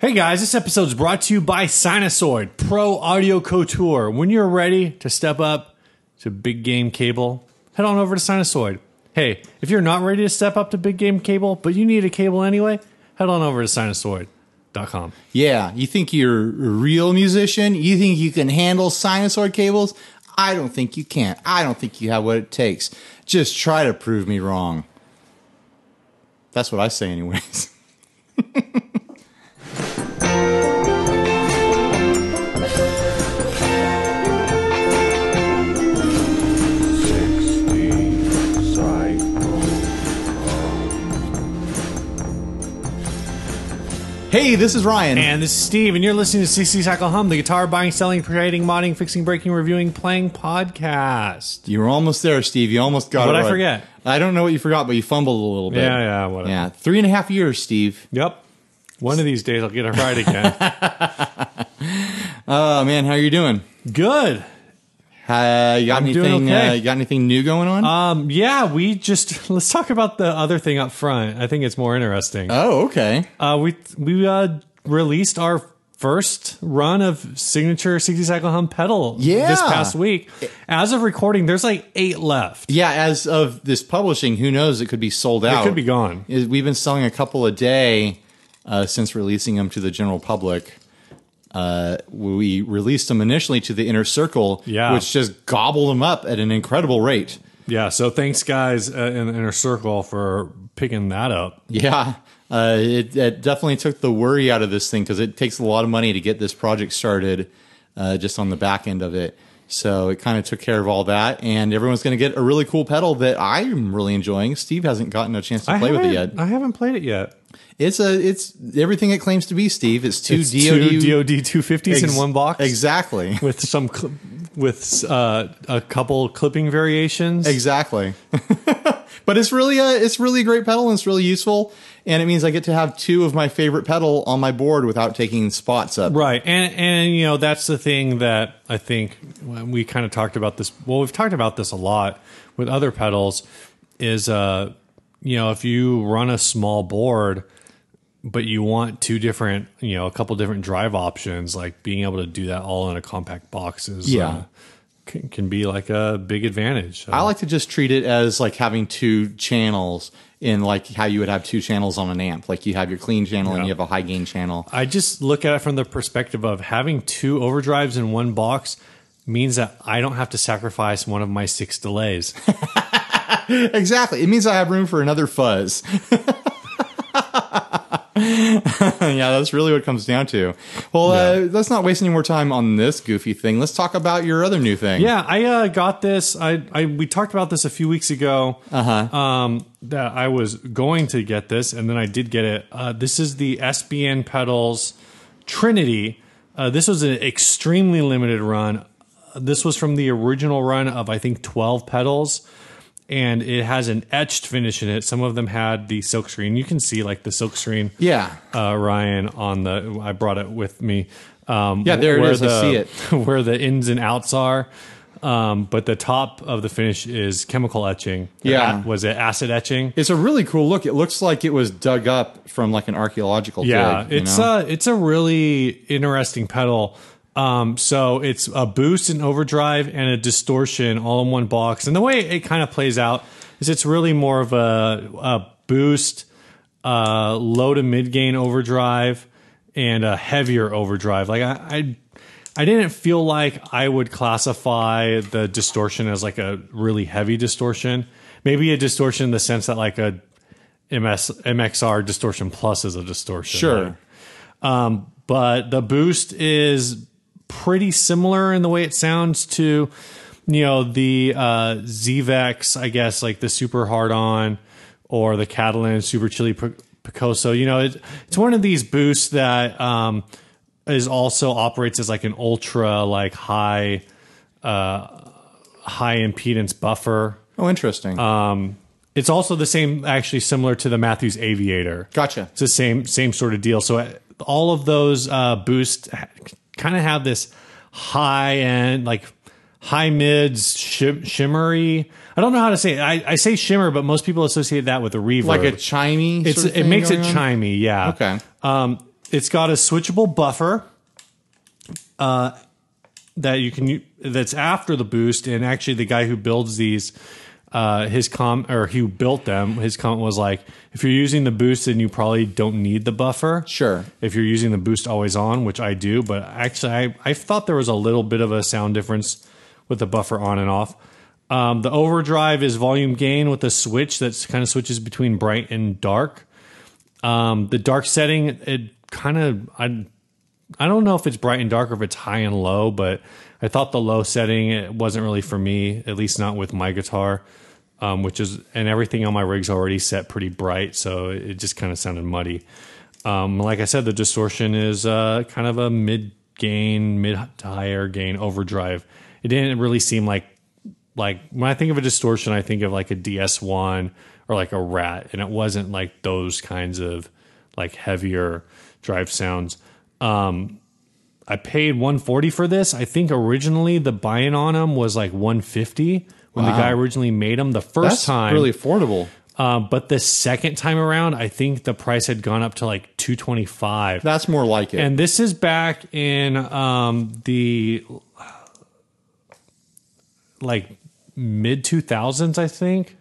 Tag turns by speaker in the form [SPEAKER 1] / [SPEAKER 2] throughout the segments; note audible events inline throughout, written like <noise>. [SPEAKER 1] Hey guys, this episode is brought to you by Sinusoid Pro Audio Couture. When you're ready to step up to big game cable, head on over to Sinusoid. Hey, if you're not ready to step up to big game cable, but you need a cable anyway, head on over to sinusoid.com.
[SPEAKER 2] Yeah, you think you're a real musician? You think you can handle sinusoid cables? I don't think you can. I don't think you have what it takes. Just try to prove me wrong. That's what I say, anyways. <laughs> hey, this is Ryan.
[SPEAKER 1] And this is Steve, and you're listening to CC Cycle Hum, the guitar buying, selling, creating, modding, fixing, breaking, reviewing, playing podcast.
[SPEAKER 2] you were almost there, Steve. You almost got
[SPEAKER 1] What'd
[SPEAKER 2] it.
[SPEAKER 1] I
[SPEAKER 2] right.
[SPEAKER 1] forget?
[SPEAKER 2] I don't know what you forgot, but you fumbled a little bit.
[SPEAKER 1] Yeah, yeah, whatever.
[SPEAKER 2] Yeah, three and a half years, Steve.
[SPEAKER 1] Yep. One of these days I'll get it right again. <laughs>
[SPEAKER 2] Oh man, how are you doing?
[SPEAKER 1] Good.
[SPEAKER 2] Uh, you got
[SPEAKER 1] I'm
[SPEAKER 2] anything?
[SPEAKER 1] doing okay.
[SPEAKER 2] uh, you got anything new going on?
[SPEAKER 1] Um, yeah, we just <laughs> let's talk about the other thing up front. I think it's more interesting.
[SPEAKER 2] oh, okay.
[SPEAKER 1] Uh, we we uh, released our first run of signature 60 cycle hum pedal
[SPEAKER 2] Yeah.
[SPEAKER 1] this past week. As of recording, there's like eight left.
[SPEAKER 2] Yeah, as of this publishing, who knows? It could be sold out.
[SPEAKER 1] It could be gone.
[SPEAKER 2] Is- We've been selling a couple a day uh, since releasing them to the general public. Uh, we released them initially to the inner circle,
[SPEAKER 1] Yeah.
[SPEAKER 2] which just gobbled them up at an incredible rate.
[SPEAKER 1] Yeah. So thanks, guys, uh, in the inner circle for picking that up.
[SPEAKER 2] Yeah, uh, it, it definitely took the worry out of this thing because it takes a lot of money to get this project started, uh, just on the back end of it. So it kind of took care of all that, and everyone's going to get a really cool pedal that I'm really enjoying. Steve hasn't gotten a chance to play with it yet.
[SPEAKER 1] haven't- I haven't played it yet.
[SPEAKER 2] It's a it's everything it claims to be, Steve. It's two
[SPEAKER 1] It's two
[SPEAKER 2] DoD
[SPEAKER 1] DoD 250s
[SPEAKER 2] ex-
[SPEAKER 1] in one box.
[SPEAKER 2] Exactly. <laughs>
[SPEAKER 1] With some, cl- with uh, a couple clipping variations.
[SPEAKER 2] Exactly. <laughs> but it's really a it's really a great pedal and it's really useful and it means I get to have two of my favorite pedal on my board without taking spots up.
[SPEAKER 1] Right, and and you know that's the thing that I think when we kind of talked about this. Well, we've talked about this a lot with other pedals. Is uh, you know, if you run a small board, but you want two different, you know, a couple different drive options, like being able to do that all in a compact box is
[SPEAKER 2] Yeah.
[SPEAKER 1] uh, can, can be like a big advantage. Uh,
[SPEAKER 2] I like to just treat it as like having two channels in like how you would have two channels on an amp. Like you have your clean channel and
[SPEAKER 1] Yeah.
[SPEAKER 2] you have a high gain channel. <laughs>
[SPEAKER 1] I just look at it from the perspective of having two overdrives in one box means that I don't have to sacrifice one of my six delays.
[SPEAKER 2] Exactly. It means I have room for another fuzz. <laughs> yeah, that's really what it comes down to. Well, uh, let's not waste any more time on this goofy thing. Let's talk about your other new thing.
[SPEAKER 1] Yeah, I uh, got this. I, I we talked about this a few weeks ago. Uh huh. Um, that I was going to get this, and then I did get it. Uh, this is the SBN pedals Trinity. Uh, this was an extremely limited run. This was from the original run of I think twelve pedals, and it has an etched finish in it. Some of them had the silk screen. You can see like the silk screen
[SPEAKER 2] Yeah.
[SPEAKER 1] uh, Ryan on the. I brought it with me. Um,
[SPEAKER 2] Yeah, there it
[SPEAKER 1] where
[SPEAKER 2] is. I
[SPEAKER 1] The,
[SPEAKER 2] see
[SPEAKER 1] <laughs>
[SPEAKER 2] it.
[SPEAKER 1] Where the ins and outs are, um, but the top of the finish is chemical etching.
[SPEAKER 2] Yeah.
[SPEAKER 1] was it acid etching?
[SPEAKER 2] It's a really cool look. It looks like it was dug up from like an archaeological
[SPEAKER 1] Yeah,
[SPEAKER 2] dig. you
[SPEAKER 1] it's uh,
[SPEAKER 2] know?
[SPEAKER 1] a it's a really interesting pedal. Um, so it's a boost and overdrive and a distortion all in one box. And the way it kind of plays out is it's really more of a, a boost, uh, low to mid gain overdrive, and a heavier overdrive. Like I. I I didn't feel like I would classify the distortion as like a really heavy distortion. Maybe a distortion in the sense that like a MS MXR distortion plus is a distortion.
[SPEAKER 2] sure.
[SPEAKER 1] But the boost is pretty similar in the way it sounds to, you know, the uh, ZVEX, I guess, like the super hard on or the Catalan super chili P- Picoso. You know, it, it's one of these boosts that um, is also operates as like an ultra, like high, uh, high impedance buffer.
[SPEAKER 2] Oh, interesting.
[SPEAKER 1] Uh, It's also the same, actually, similar to the Matthews Aviator.
[SPEAKER 2] gotcha.
[SPEAKER 1] It's the same same sort of deal. So uh, all of those uh, boosts kind of have this high end, like high mids, shim, shimmery. I don't know how to say it. I, I say shimmer, but most people associate that with a reverb.
[SPEAKER 2] Like a chimey.
[SPEAKER 1] it's
[SPEAKER 2] sort of
[SPEAKER 1] it
[SPEAKER 2] thing
[SPEAKER 1] makes it
[SPEAKER 2] going on?
[SPEAKER 1] chimey. Yeah.
[SPEAKER 2] Okay.
[SPEAKER 1] Um, It's got a switchable buffer uh, that you can u- that's after the boost and actually the guy who builds these uh his com or who built them his comment was like if you're using the boost then you probably don't need the buffer
[SPEAKER 2] Sure.
[SPEAKER 1] if you're using the boost always on which i do but actually i, I thought there was a little bit of a sound difference with the buffer on and off um, the overdrive is volume gain with a switch that's kind of switches between bright and dark um, the dark setting it kind of i I don't know if it's bright and dark or if it's high and low, but I thought the low setting it wasn't really for me, at least not with my guitar, um, which is and everything on my rig's already set pretty bright, so it just kind of sounded muddy. Um, like I said, the distortion is uh, kind of a mid gain, mid to higher gain overdrive. It didn't really seem like like when I think of a distortion, I think of like a DS1 or like a rat, and it wasn't like those kinds of like heavier drive sounds. Um, I paid 140 for this. I think originally the buy-in on them was like 150 when the guy originally made them the first
[SPEAKER 2] That's
[SPEAKER 1] time.
[SPEAKER 2] really affordable.
[SPEAKER 1] Uh, but the second time around, I think the price had gone up to like 225.
[SPEAKER 2] That's more like it.
[SPEAKER 1] And this is back in um, the like mid 2000s, I think.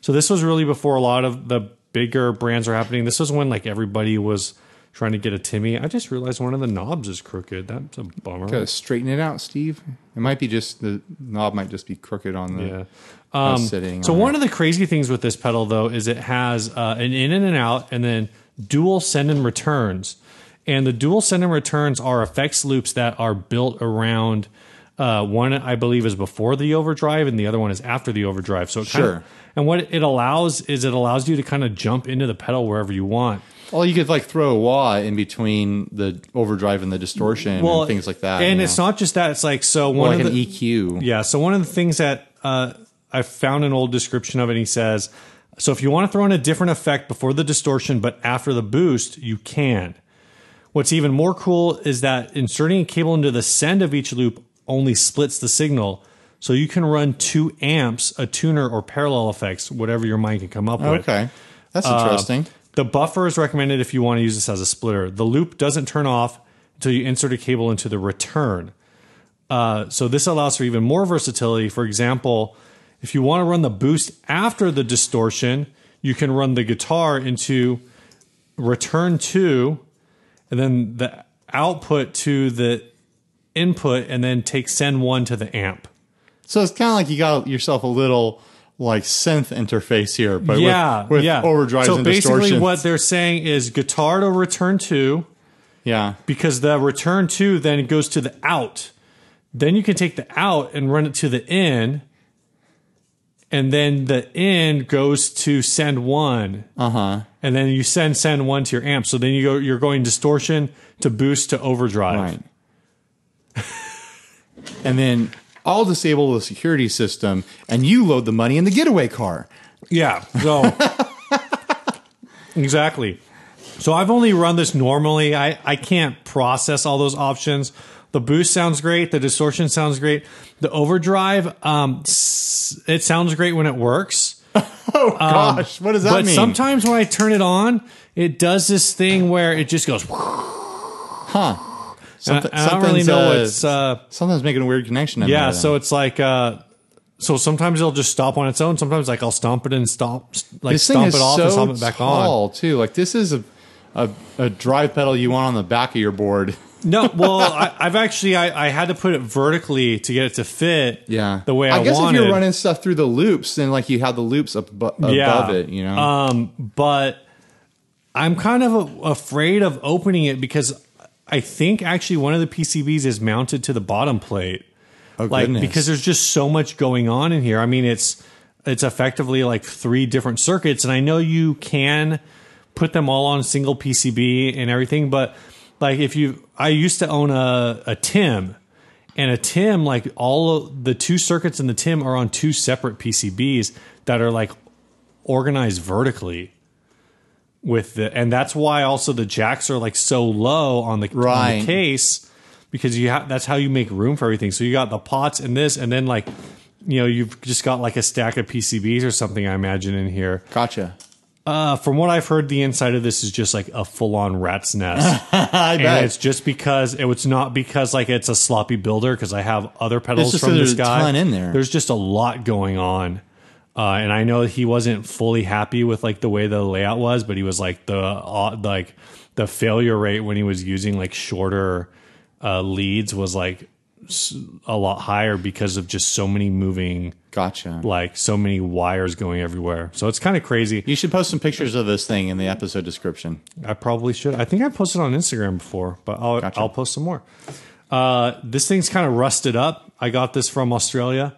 [SPEAKER 1] So this was really before a lot of the bigger brands were happening. This was when like everybody was trying to get a Timmy. I just realized one of the knobs is crooked. That's a bummer.
[SPEAKER 2] Gotta straighten it out, Steve. It might be just the knob might just be crooked on the
[SPEAKER 1] Yeah.
[SPEAKER 2] uh,
[SPEAKER 1] Um,
[SPEAKER 2] sitting.
[SPEAKER 1] So
[SPEAKER 2] on
[SPEAKER 1] one
[SPEAKER 2] it.
[SPEAKER 1] of the crazy things with this pedal though is it has uh, an in and an out, and then dual send and returns. And the dual send and returns are effects loops that are built around uh, one. I believe is before the overdrive, and the other one is after the overdrive. So it kinda-
[SPEAKER 2] Sure.
[SPEAKER 1] and what it allows is it allows you to kind of jump into the pedal wherever you want.
[SPEAKER 2] well, you could like throw a wah in between the overdrive and the distortion
[SPEAKER 1] Well,
[SPEAKER 2] and things like that.
[SPEAKER 1] And
[SPEAKER 2] you
[SPEAKER 1] it's
[SPEAKER 2] know?
[SPEAKER 1] not just that. It's like so one
[SPEAKER 2] like
[SPEAKER 1] of
[SPEAKER 2] an E
[SPEAKER 1] the,
[SPEAKER 2] EQ.
[SPEAKER 1] Yeah. So one of the things that uh, I found an old description of it, he says, so if you want to throw in a different effect before the distortion but after the boost, you can. What's even more cool is that inserting a cable into the send of each loop only splits the signal. So you can run two amps, a tuner, or parallel effects, whatever your mind can come up with.
[SPEAKER 2] Okay, that's
[SPEAKER 1] Uh,
[SPEAKER 2] interesting.
[SPEAKER 1] The buffer is recommended if you want to use this as a splitter. The loop doesn't turn off until you insert a cable into the return. Uh, so this allows for even more versatility. For example, if you want to run the boost after the distortion, you can run the guitar into return two, and then the output to the input, and then take send one to the amp.
[SPEAKER 2] So it's kind of like you got yourself a little like synth interface here, but
[SPEAKER 1] yeah,
[SPEAKER 2] with, with
[SPEAKER 1] yeah.
[SPEAKER 2] overdrives
[SPEAKER 1] so
[SPEAKER 2] and
[SPEAKER 1] basically,
[SPEAKER 2] distortion.
[SPEAKER 1] what they're saying is guitar to return two.
[SPEAKER 2] yeah,
[SPEAKER 1] because the return two then goes to the out. Then you can take the out and run it to the in, and then the in goes to send one. Uh huh. And then you send send one to your amp. So then you go you're going distortion to boost to overdrive.
[SPEAKER 2] Right. and then I'll disable the security system and you load the money in the getaway car.
[SPEAKER 1] Yeah.
[SPEAKER 2] <laughs>
[SPEAKER 1] So exactly. So I've only run this normally. I, I can't process all those options. The boost sounds great. The distortion sounds great. The overdrive, um, s- it sounds great when it works.
[SPEAKER 2] Oh gosh, what does that
[SPEAKER 1] but
[SPEAKER 2] mean?
[SPEAKER 1] sometimes when I turn it on, it does this thing where it just goes.
[SPEAKER 2] Somet-
[SPEAKER 1] I don't really
[SPEAKER 2] something's,
[SPEAKER 1] know
[SPEAKER 2] uh,
[SPEAKER 1] what's. Uh,
[SPEAKER 2] sometimes making a weird connection.
[SPEAKER 1] yeah, so it's like. Uh, so sometimes it'll just stop on its own. Sometimes like I'll stomp it and stomp, like
[SPEAKER 2] this thing
[SPEAKER 1] stomp
[SPEAKER 2] is
[SPEAKER 1] it off
[SPEAKER 2] so
[SPEAKER 1] and stomp it back on.
[SPEAKER 2] tall too. Like this is a, a a drive pedal you want on the back of your board.
[SPEAKER 1] No, well, I, I've actually I, I had to put it vertically to get it to fit.
[SPEAKER 2] <laughs> Yeah,
[SPEAKER 1] the way I,
[SPEAKER 2] guess
[SPEAKER 1] wanted.
[SPEAKER 2] if you're running stuff through the loops, then like you have the loops ab- above
[SPEAKER 1] Yeah.
[SPEAKER 2] it. You know,
[SPEAKER 1] um, but I'm kind of a, afraid of opening it because I think actually one of the PCBs is mounted to the bottom plate,
[SPEAKER 2] oh,
[SPEAKER 1] like
[SPEAKER 2] goodness.
[SPEAKER 1] because there's just so much going on in here. I mean, it's it's effectively like three different circuits, and I know you can put them all on a single PCB and everything, but like if you, I used to own a a Tim. and a tim like all of the two circuits in the tim are on two separate pcbs that are like organized vertically with the and that's why also the jacks are like so low on the, on the
[SPEAKER 2] Right.
[SPEAKER 1] case because you have that's how you make room for everything so you got the pots and this and then like you know you've just got like a stack of pcbs or something i imagine in here
[SPEAKER 2] gotcha.
[SPEAKER 1] Uh, from what I've heard, the inside of this is just like a full on rat's nest.
[SPEAKER 2] I
[SPEAKER 1] and
[SPEAKER 2] bet.
[SPEAKER 1] it's just because it was not because like it's a sloppy builder because I have other pedals
[SPEAKER 2] just
[SPEAKER 1] from
[SPEAKER 2] that
[SPEAKER 1] this
[SPEAKER 2] there's a
[SPEAKER 1] guy.
[SPEAKER 2] ton in there.
[SPEAKER 1] There's just a lot going on. Uh, and I know he wasn't fully happy with like the way the layout was, but he was like the uh, like the failure rate when he was using like shorter uh, leads was like s- a lot higher because of just so many moving
[SPEAKER 2] Gotcha.
[SPEAKER 1] like so many wires going everywhere. So it's kind of crazy.
[SPEAKER 2] You should post some pictures of this thing in the episode description.
[SPEAKER 1] I probably should. I think I posted on Instagram before, but I'll I'll post some more. Uh, this thing's kind of rusted up. I got this from Australia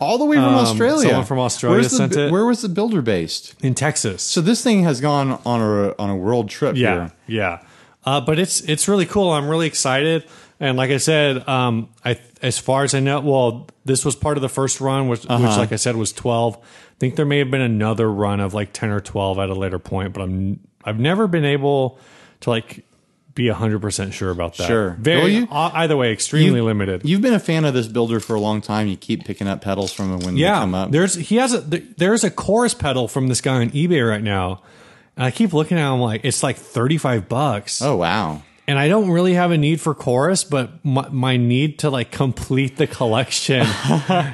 [SPEAKER 2] All the way from Australia.
[SPEAKER 1] Um, someone from Australia
[SPEAKER 2] Where's the-
[SPEAKER 1] sent it.
[SPEAKER 2] Where was the builder based?
[SPEAKER 1] in Texas.
[SPEAKER 2] So this thing has gone on a on a world trip.
[SPEAKER 1] Yeah,
[SPEAKER 2] here.
[SPEAKER 1] yeah. Uh, but it's it's really cool. I'm really excited. And like I said, um, I as far as I know, well, this was part of the first run, which,
[SPEAKER 2] Uh-huh.
[SPEAKER 1] which like I said was 12. I think there may have been another run of like 10 or 12 at a later point, but I'm I've never been able to like be 100% sure about that.
[SPEAKER 2] Sure. Well,
[SPEAKER 1] Very
[SPEAKER 2] you-
[SPEAKER 1] uh, either way extremely
[SPEAKER 2] You-
[SPEAKER 1] limited.
[SPEAKER 2] You've been a fan of this builder for a long time. You keep picking up pedals from him when they come
[SPEAKER 1] yeah.
[SPEAKER 2] up.
[SPEAKER 1] There's he has a there- there's a chorus pedal from this guy on eBay right now. And I keep looking at him like it's like 35 bucks.
[SPEAKER 2] Oh wow.
[SPEAKER 1] and I don't really have a need for chorus, but my, my need to like complete the
[SPEAKER 2] <laughs>
[SPEAKER 1] collection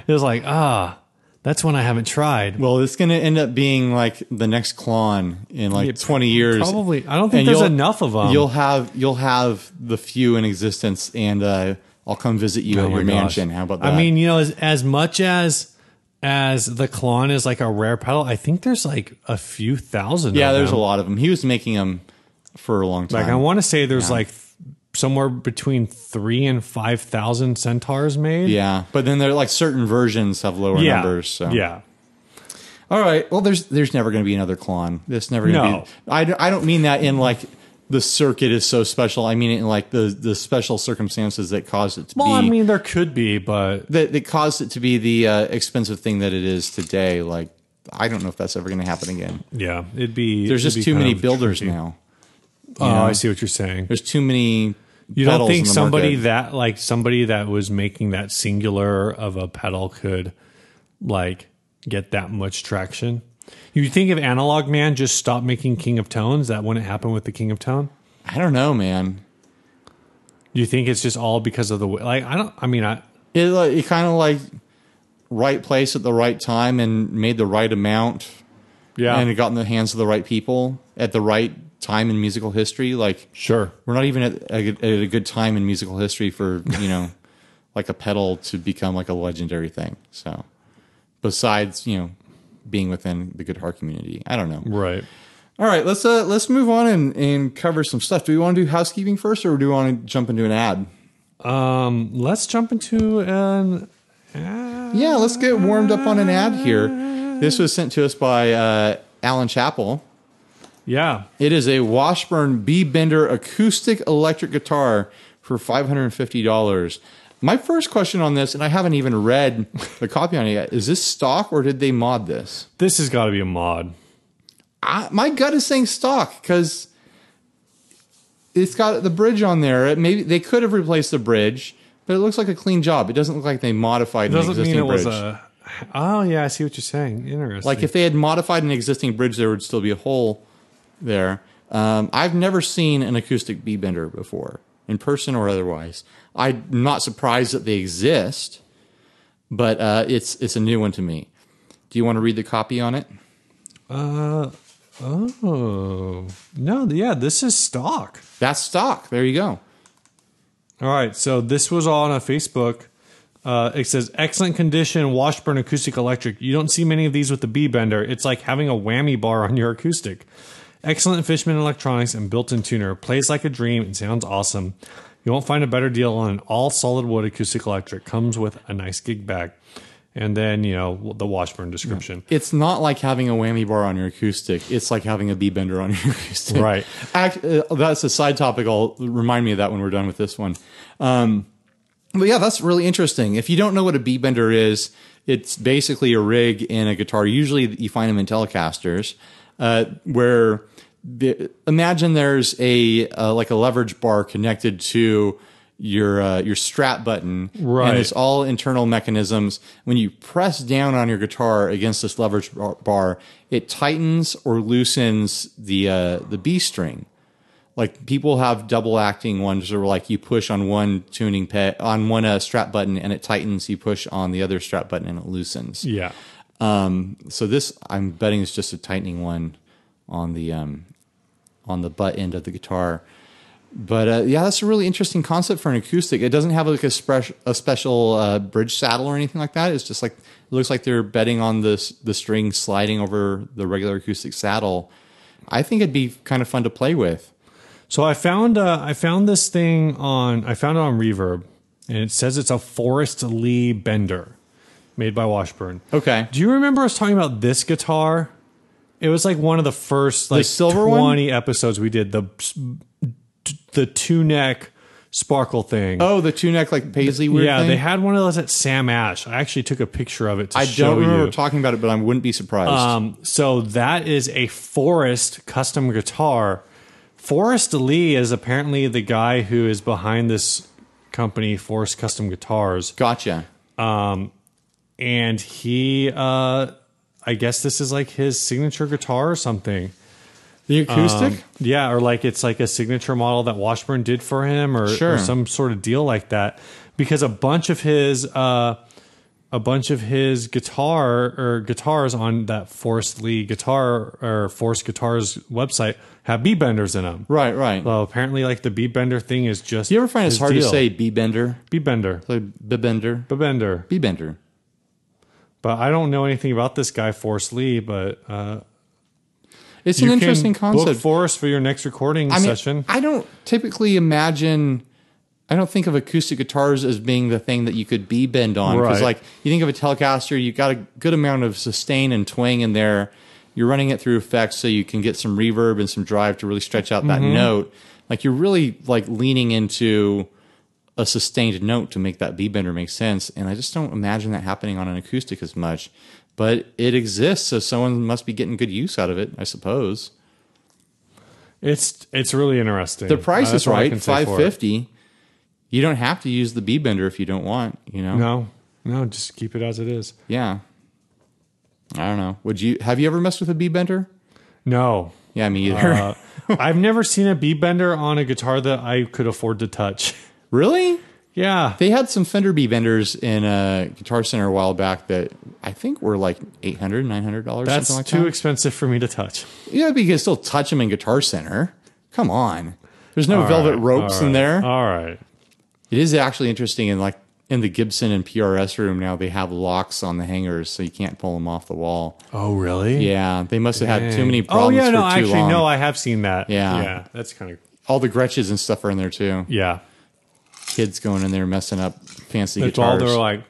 [SPEAKER 1] is like ah, that's one I haven't tried.
[SPEAKER 2] Well, it's going to end up being like the next Klon in like twenty years.
[SPEAKER 1] Probably, I don't think
[SPEAKER 2] And
[SPEAKER 1] there's
[SPEAKER 2] you'll-
[SPEAKER 1] enough of them.
[SPEAKER 2] You'll have you'll have the few in existence, and uh, I'll come visit you at
[SPEAKER 1] Oh my
[SPEAKER 2] your
[SPEAKER 1] gosh.
[SPEAKER 2] mansion. How about that?
[SPEAKER 1] I mean, you know, as as much as as the clone is like a rare pedal, I think there's like a few thousand.
[SPEAKER 2] yeah,
[SPEAKER 1] of
[SPEAKER 2] there's
[SPEAKER 1] them.
[SPEAKER 2] a lot of them. He was making them for a long time.
[SPEAKER 1] Like I want to say there's like th- somewhere between three and five thousand centaurs made.
[SPEAKER 2] yeah, but then there are like certain versions have lower
[SPEAKER 1] yeah,
[SPEAKER 2] numbers. So.
[SPEAKER 1] yeah.
[SPEAKER 2] All right. Well, there's there's never going to be another clone. There's never going to
[SPEAKER 1] No.
[SPEAKER 2] be. I, don't- I don't mean that in like the circuit is so special. I mean it in like the the special circumstances that caused it to
[SPEAKER 1] Well,
[SPEAKER 2] be
[SPEAKER 1] I mean, there could be, but
[SPEAKER 2] that that caused it to be the uh, expensive thing that it is today. Like I don't know if that's ever going to happen again.
[SPEAKER 1] yeah, it'd be.
[SPEAKER 2] There's
[SPEAKER 1] it'd
[SPEAKER 2] just
[SPEAKER 1] be
[SPEAKER 2] too
[SPEAKER 1] kind
[SPEAKER 2] many
[SPEAKER 1] of
[SPEAKER 2] builders
[SPEAKER 1] tricky.
[SPEAKER 2] now.
[SPEAKER 1] Oh, I see what you're saying.
[SPEAKER 2] There's too many.
[SPEAKER 1] You don't
[SPEAKER 2] pedals in
[SPEAKER 1] think
[SPEAKER 2] the
[SPEAKER 1] somebody
[SPEAKER 2] market.
[SPEAKER 1] that like somebody that was making that singular of a pedal could like get that much traction? You think if Analog Man just stopped making King of Tones, that wouldn't happen with the King of Tone?
[SPEAKER 2] I don't know, man.
[SPEAKER 1] You think it's just all because of the way? Like I don't. I mean, I
[SPEAKER 2] It like, it kind of like right place at the right time and made the right amount
[SPEAKER 1] yeah,
[SPEAKER 2] and it got in the hands of the right people at the right time in musical history. Like
[SPEAKER 1] sure.
[SPEAKER 2] we're not even at a, good- at a good time in musical history for
[SPEAKER 1] <laughs>
[SPEAKER 2] you know like a pedal to become like a legendary thing so besides you know being within the guitar community i don't know
[SPEAKER 1] Right.
[SPEAKER 2] all right let's uh let's move on and and cover some stuff do we want to do housekeeping first or do we want to jump into an ad
[SPEAKER 1] Um. Let's jump into an. Uh,
[SPEAKER 2] yeah let's get warmed up on an ad here this was sent to us by uh alan chappell
[SPEAKER 1] yeah.
[SPEAKER 2] It is a Washburn B Bender acoustic electric guitar for five hundred and fifty dollars. My first question on this, and I haven't even read the copy on it yet, is this stock or did they mod this?
[SPEAKER 1] This has got to be a mod.
[SPEAKER 2] I, my gut is saying stock because it's got the bridge on there. It maybe they could have replaced the bridge, but it looks like a clean job. It doesn't look like they modified an
[SPEAKER 1] Doesn't
[SPEAKER 2] existing
[SPEAKER 1] mean it
[SPEAKER 2] bridge.
[SPEAKER 1] was a. Oh yeah, I see what you're saying. Interesting.
[SPEAKER 2] Like if they had modified an existing bridge, there would still be a hole there. Um, I've never seen an acoustic B bender before, in person or otherwise. I'm not surprised that they exist, but uh, it's it's a new one to me. Do you want to read the copy on it?
[SPEAKER 1] Oh no! Yeah, this is stock.
[SPEAKER 2] That's stock. There you go.
[SPEAKER 1] All right, so this was all on a Facebook. Uh, it says excellent condition Washburn acoustic electric. You don't see many of these with the B bender. It's like having a whammy bar on your acoustic. Excellent Fishman electronics and built-in tuner. Plays like a dream and sounds awesome. You won't find a better deal on an all solid wood acoustic electric. Comes with a nice gig bag, and then you know the Washburn description.
[SPEAKER 2] It's not like having a whammy bar on your acoustic. It's like having a B bender on your <laughs> acoustic.
[SPEAKER 1] Right.
[SPEAKER 2] Act, uh, that's a side topic. I'll remind me of that when we're done with this one. Um, but yeah, that's really interesting. If you don't know what a B bender is, it's basically a rig in a guitar. Usually you find them in Telecasters, uh, where the, imagine there's a uh, like a leverage bar connected to your uh, your strap button,
[SPEAKER 1] Right.
[SPEAKER 2] And it's all internal mechanisms. When you press down on your guitar against this leverage bar- bar, it tightens or loosens the uh, the B string. Like people have double acting ones where like you push on one tuning pet on one uh, strap button and it tightens. You push on the other strap button and it loosens.
[SPEAKER 1] Yeah.
[SPEAKER 2] So this, I'm betting, is just a tightening one on the um, on the butt end of the guitar. But uh, yeah, that's a really interesting concept for an acoustic. It doesn't have like a, spe- a special uh, bridge saddle or anything like that. It's just like it looks like they're betting on this the string sliding over the regular acoustic saddle. I think it'd be kind of fun to play with.
[SPEAKER 1] So I found uh, I found this thing on I found it on Reverb, and it says it's a Forrest Lee Bender, made by Washburn.
[SPEAKER 2] Okay,
[SPEAKER 1] Do you remember us talking about this guitar? It was like one of the first like
[SPEAKER 2] silver one?
[SPEAKER 1] twenty episodes we did the the two neck sparkle thing.
[SPEAKER 2] Oh, the two neck like paisley weird
[SPEAKER 1] yeah,
[SPEAKER 2] thing?
[SPEAKER 1] they had one of those at Sam Ash. I actually took a picture of it to
[SPEAKER 2] I
[SPEAKER 1] show
[SPEAKER 2] don't remember
[SPEAKER 1] you.
[SPEAKER 2] talking about it, but I wouldn't be surprised.
[SPEAKER 1] Um, so that is a Forrest custom guitar. Forrest Lee is apparently the guy who is behind this company, Forrest Custom Guitars,
[SPEAKER 2] gotcha.
[SPEAKER 1] and he, uh, I guess this is like his signature guitar or something.
[SPEAKER 2] The acoustic.
[SPEAKER 1] Um, yeah, or like it's like a signature model that Washburn did for him, or,
[SPEAKER 2] Sure.
[SPEAKER 1] or some sort of deal like that. Because a bunch of his, uh, a bunch of his guitar or guitars on that Forest Lee guitar or Forest Guitars website have B benders in them.
[SPEAKER 2] right, right.
[SPEAKER 1] Well, apparently, like the B bender thing is just.
[SPEAKER 2] Do you ever find it's hard to say B bender?
[SPEAKER 1] B bender,
[SPEAKER 2] So B bender,
[SPEAKER 1] B bender?
[SPEAKER 2] B bender.
[SPEAKER 1] But I don't know anything about this guy Forest Lee, but uh,
[SPEAKER 2] It's
[SPEAKER 1] you
[SPEAKER 2] an
[SPEAKER 1] can
[SPEAKER 2] interesting concept.
[SPEAKER 1] Book Forrest for your next recording
[SPEAKER 2] I mean,
[SPEAKER 1] session.
[SPEAKER 2] I don't typically imagine. I don't think of acoustic guitars as being the thing that you could B bend on because,
[SPEAKER 1] Right.
[SPEAKER 2] like, you think of a Telecaster, you've got a good amount of sustain and twang in there. You're running it through effects, so you can get some reverb and some drive to really stretch out that
[SPEAKER 1] Mm-hmm.
[SPEAKER 2] note. Like, you're really like leaning into a sustained note to make that B bender make sense. And I just don't imagine that happening on an acoustic as much. But it exists, so someone must be getting good use out of it, I suppose.
[SPEAKER 1] It's it's really interesting.
[SPEAKER 2] The price
[SPEAKER 1] Uh,
[SPEAKER 2] is
[SPEAKER 1] that's all I
[SPEAKER 2] right,
[SPEAKER 1] can say
[SPEAKER 2] five
[SPEAKER 1] for it.
[SPEAKER 2] fifty. You don't have to use the B bender if you don't want. You know,
[SPEAKER 1] No, no, just keep it as it is.
[SPEAKER 2] yeah. I don't know. Would you have you ever messed with a B bender?
[SPEAKER 1] No, <laughs>
[SPEAKER 2] Yeah, me either.
[SPEAKER 1] uh, I've never seen a B bender on a guitar that I could afford to touch.
[SPEAKER 2] <laughs>
[SPEAKER 1] <laughs>
[SPEAKER 2] really?
[SPEAKER 1] Yeah,
[SPEAKER 2] They had some Fender B benders in uh, Guitar Center a while back that I think were like 800 dollars.
[SPEAKER 1] that's
[SPEAKER 2] something like
[SPEAKER 1] too
[SPEAKER 2] that.
[SPEAKER 1] expensive for me to touch.
[SPEAKER 2] yeah, but you can still touch them in Guitar Center. Come on, there's no velvet
[SPEAKER 1] right, Uh,
[SPEAKER 2] ropes
[SPEAKER 1] all
[SPEAKER 2] in there.
[SPEAKER 1] All right,
[SPEAKER 2] It is actually interesting in like in the Gibson and PRS room now they have locks on the hangers so you can't pull them off the wall.
[SPEAKER 1] oh really?
[SPEAKER 2] Yeah, they must have had too many
[SPEAKER 1] Oh
[SPEAKER 2] problems
[SPEAKER 1] yeah, no,
[SPEAKER 2] for too
[SPEAKER 1] actually,
[SPEAKER 2] long.
[SPEAKER 1] no, I have seen that.
[SPEAKER 2] Yeah.
[SPEAKER 1] yeah, that's kind of
[SPEAKER 2] all the Gretches and stuff are in there too.
[SPEAKER 1] yeah.
[SPEAKER 2] Kids going in there messing up fancy
[SPEAKER 1] It's all
[SPEAKER 2] guitars.
[SPEAKER 1] their like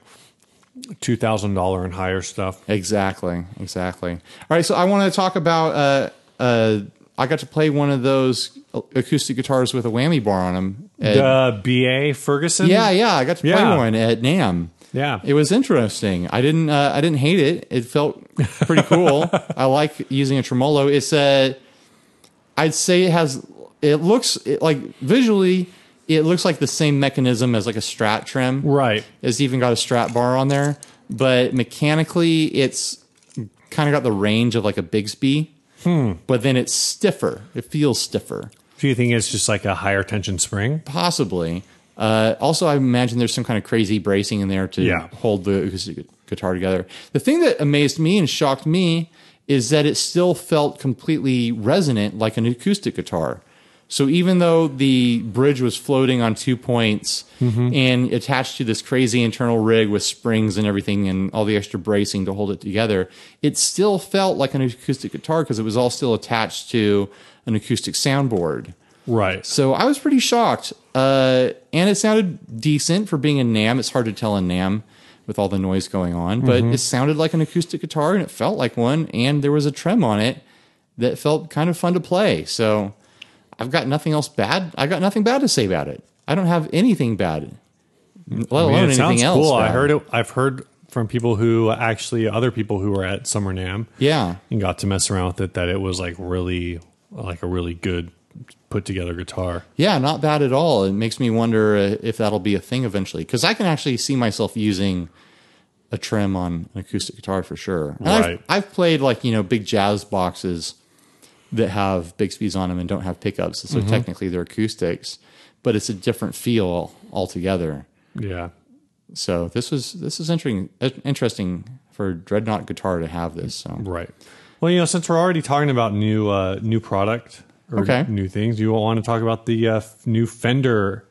[SPEAKER 1] two thousand dollar and higher stuff.
[SPEAKER 2] exactly, exactly. All right, so I want to talk about. Uh, uh, I got to play one of those acoustic guitars with a whammy bar on them.
[SPEAKER 1] The BA Ferguson.
[SPEAKER 2] yeah, yeah, I got to play
[SPEAKER 1] Yeah.
[SPEAKER 2] one at Nam.
[SPEAKER 1] yeah.
[SPEAKER 2] It was interesting. I didn't. Uh, I didn't hate it. It felt pretty cool. I like using a tremolo. It's a. I'd say it has. It looks it, like visually, it looks like the same mechanism as like a Strat trim.
[SPEAKER 1] right.
[SPEAKER 2] It's even got a Strat bar on there, but mechanically, it's kind of got the range of like a Bigsby. But then it's stiffer. It feels stiffer
[SPEAKER 1] Do you think it's just like a higher tension spring?
[SPEAKER 2] possibly. Uh, also, I imagine there's some kind of crazy bracing in there to
[SPEAKER 1] Yeah.
[SPEAKER 2] hold the acoustic guitar together. The thing that amazed me and shocked me is that it still felt completely resonant like an acoustic guitar. So even though the bridge was floating on two points and attached to this crazy internal rig with springs and everything and all the extra bracing to hold it together, it still felt like an acoustic guitar because it was all still attached to an acoustic soundboard.
[SPEAKER 1] Right.
[SPEAKER 2] So I was pretty shocked. Uh, and it sounded decent for being a NAM. It's hard to tell a NAM with all the noise going on, but
[SPEAKER 1] Mm-hmm.
[SPEAKER 2] it sounded like an acoustic guitar and it felt like one. And there was a trem on it that felt kind of fun to play. So I've got nothing else bad. I got nothing bad to say about it. I don't have anything bad, let alone
[SPEAKER 1] I mean, it
[SPEAKER 2] anything
[SPEAKER 1] sounds
[SPEAKER 2] else.
[SPEAKER 1] cool. I
[SPEAKER 2] bad.
[SPEAKER 1] heard it. I've heard from people who actually other people who were at Summer Nam
[SPEAKER 2] Yeah.
[SPEAKER 1] and got to mess around with it that it was like really like a really good put together guitar.
[SPEAKER 2] Yeah, not bad at all. It makes me wonder uh, if that'll be a thing eventually because I can actually see myself using a trim on an acoustic guitar for sure. And
[SPEAKER 1] Right.
[SPEAKER 2] I've, I've played like you know big jazz boxes that have Bixby's on them and don't have pickups, so technically they're acoustics, but it's a different feel altogether.
[SPEAKER 1] Yeah.
[SPEAKER 2] So this was this is interesting uh, interesting for Dreadnought Guitar to have this. So
[SPEAKER 1] Right. Well, you know, since we're already talking about new uh, new product or
[SPEAKER 2] Okay.
[SPEAKER 1] new things, you want to talk about the uh, f- new Fender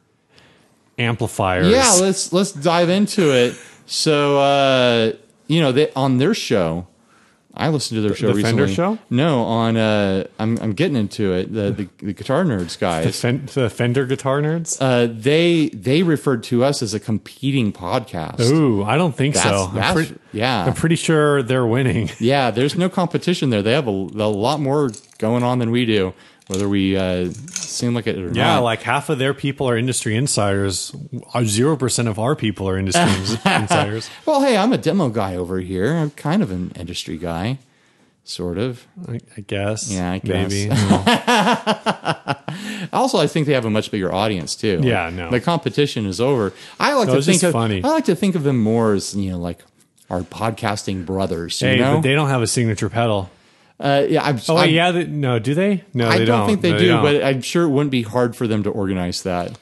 [SPEAKER 1] amplifiers.
[SPEAKER 2] yeah, let's let's dive into it. So uh, you know, they, on their show, I listened to their show
[SPEAKER 1] the Fender
[SPEAKER 2] recently.
[SPEAKER 1] show?
[SPEAKER 2] No, on uh, I'm I'm getting into it. The the, the guitar nerds
[SPEAKER 1] the, <laughs>
[SPEAKER 2] guys.
[SPEAKER 1] Fen- the Fender guitar nerds.
[SPEAKER 2] Uh, they they referred to us as a competing podcast.
[SPEAKER 1] Ooh, I don't think
[SPEAKER 2] That's-
[SPEAKER 1] so.
[SPEAKER 2] that's-
[SPEAKER 1] I'm, pretty,
[SPEAKER 2] yeah.
[SPEAKER 1] I'm pretty sure they're winning.
[SPEAKER 2] Yeah, there's no competition there. They have a, a lot more going on than we do, whether we uh, seem like it or
[SPEAKER 1] Yeah,
[SPEAKER 2] not.
[SPEAKER 1] like half of their people are industry insiders. Uh, Zero percent of our people are <laughs> industry ins- insiders.
[SPEAKER 2] Well, hey, I'm a demo guy over here. I'm kind of an industry guy, sort of.
[SPEAKER 1] I, I guess.
[SPEAKER 2] Yeah, I guess.
[SPEAKER 1] Maybe. <laughs>
[SPEAKER 2] Also, I think they have a much bigger audience too.
[SPEAKER 1] Yeah,
[SPEAKER 2] Like,
[SPEAKER 1] no.
[SPEAKER 2] the competition is over. I like to
[SPEAKER 1] it's
[SPEAKER 2] think
[SPEAKER 1] just
[SPEAKER 2] of
[SPEAKER 1] funny.
[SPEAKER 2] I like to think of them more as you know, like our podcasting brothers. You
[SPEAKER 1] hey,
[SPEAKER 2] know,
[SPEAKER 1] but they don't have a signature pedal.
[SPEAKER 2] uh, yeah, I'm,
[SPEAKER 1] Oh,
[SPEAKER 2] I'm-
[SPEAKER 1] yeah. They, no, do they? No,
[SPEAKER 2] I
[SPEAKER 1] they
[SPEAKER 2] don't,
[SPEAKER 1] don't.
[SPEAKER 2] think they
[SPEAKER 1] No,
[SPEAKER 2] do,
[SPEAKER 1] don't.
[SPEAKER 2] but I'm sure it wouldn't be hard for them to organize that.